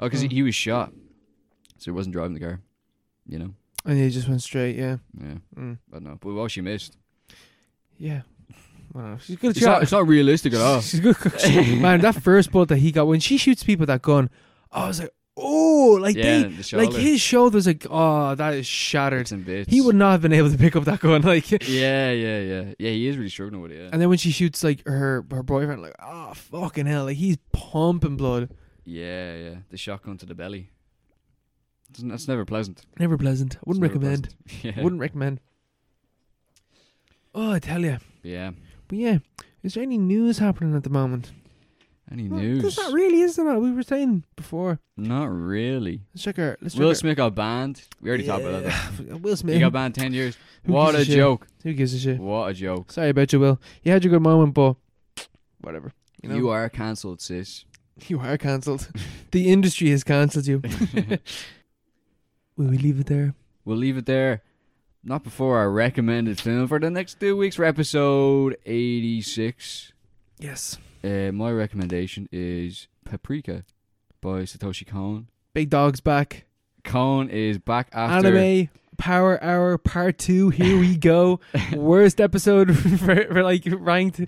S2: oh, because he,
S1: Mm.
S2: he was shot, so he wasn't driving the car. You know.
S1: and he just went straight. Yeah.
S2: Yeah,
S1: Mm.
S2: I don't know. But well, she missed.
S1: Yeah. I don't know. She's a good
S2: It's
S1: shot.
S2: not, it's not realistic at all.
S1: She's a good cook. Man, that first bullet that he got when she shoots people with that gun, I was like, oh, like
S2: yeah,
S1: they,
S2: the shoulder.
S1: like his shoulders, like, oh, that is shattered.
S2: Bits and bits.
S1: He would not have been able to pick up that gun, like.
S2: Yeah, yeah, yeah, yeah. He is really struggling with it. Yeah,
S1: And then when she shoots like her her boyfriend, like, oh fucking hell, like he's pumping blood.
S2: yeah, yeah. The shotgun to the belly. Doesn't- That's never pleasant.
S1: Never pleasant.
S2: It's
S1: Wouldn't
S2: never
S1: recommend.
S2: pleasant. Yeah.
S1: Wouldn't recommend. Oh, I tell you.
S2: Yeah.
S1: But yeah, is there any news happening at the moment?
S2: Any
S1: Well,
S2: news?
S1: There's not really, is there? Not we were saying before.
S2: Not really.
S1: Let's check our. Let's check
S2: Will
S1: our-
S2: Smith got banned. We already talked about that.
S1: Will
S2: though.
S1: Smith.
S2: He got banned ten years.
S1: Who
S2: What
S1: gives a
S2: a
S1: shit?
S2: joke!
S1: Who gives a shit?
S2: What a joke!
S1: Sorry about you, Will. You had your good moment, but whatever. You, know?
S2: You are cancelled, sis.
S1: you are cancelled. the industry has cancelled you. Will we leave it there?
S2: We'll leave it there. Not before our recommended film for the next two weeks for episode 86.
S1: Yes.
S2: Uh, my recommendation is Paprika by Satoshi Kon.
S1: Big dog's back.
S2: Kon is back after.
S1: Anime Power Hour Part Two. Here we go. Worst episode for, for like ranked.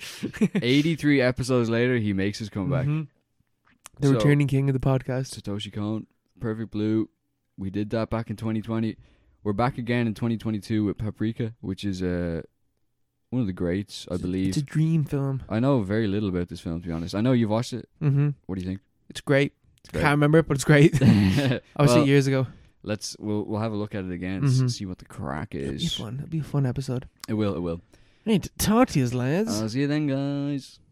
S2: 83 episodes later, he makes his comeback.
S1: Mhm. The
S2: So-
S1: returning king of the podcast.
S2: Satoshi Kon, Perfect Blue. We did that back in 2020. We're back again in 2022 with Paprika, which is uh, one of the greats, I
S1: It's
S2: believe.
S1: a dream film.
S2: I know very little about this film, to be honest. I know you've watched it.
S1: Mm-hmm.
S2: What do you think?
S1: It's great.
S2: It's
S1: Can't remember it, but it's great.
S2: great.
S1: I was
S2: Well,
S1: it years ago.
S2: Let's we'll we'll have a look at it again and s-
S1: Mhm.
S2: see what the crack
S1: It'll be
S2: is.
S1: fun. It'll be a fun episode.
S2: It will, it will.
S1: I need to talk to you, lads.
S2: I'll see you then, guys.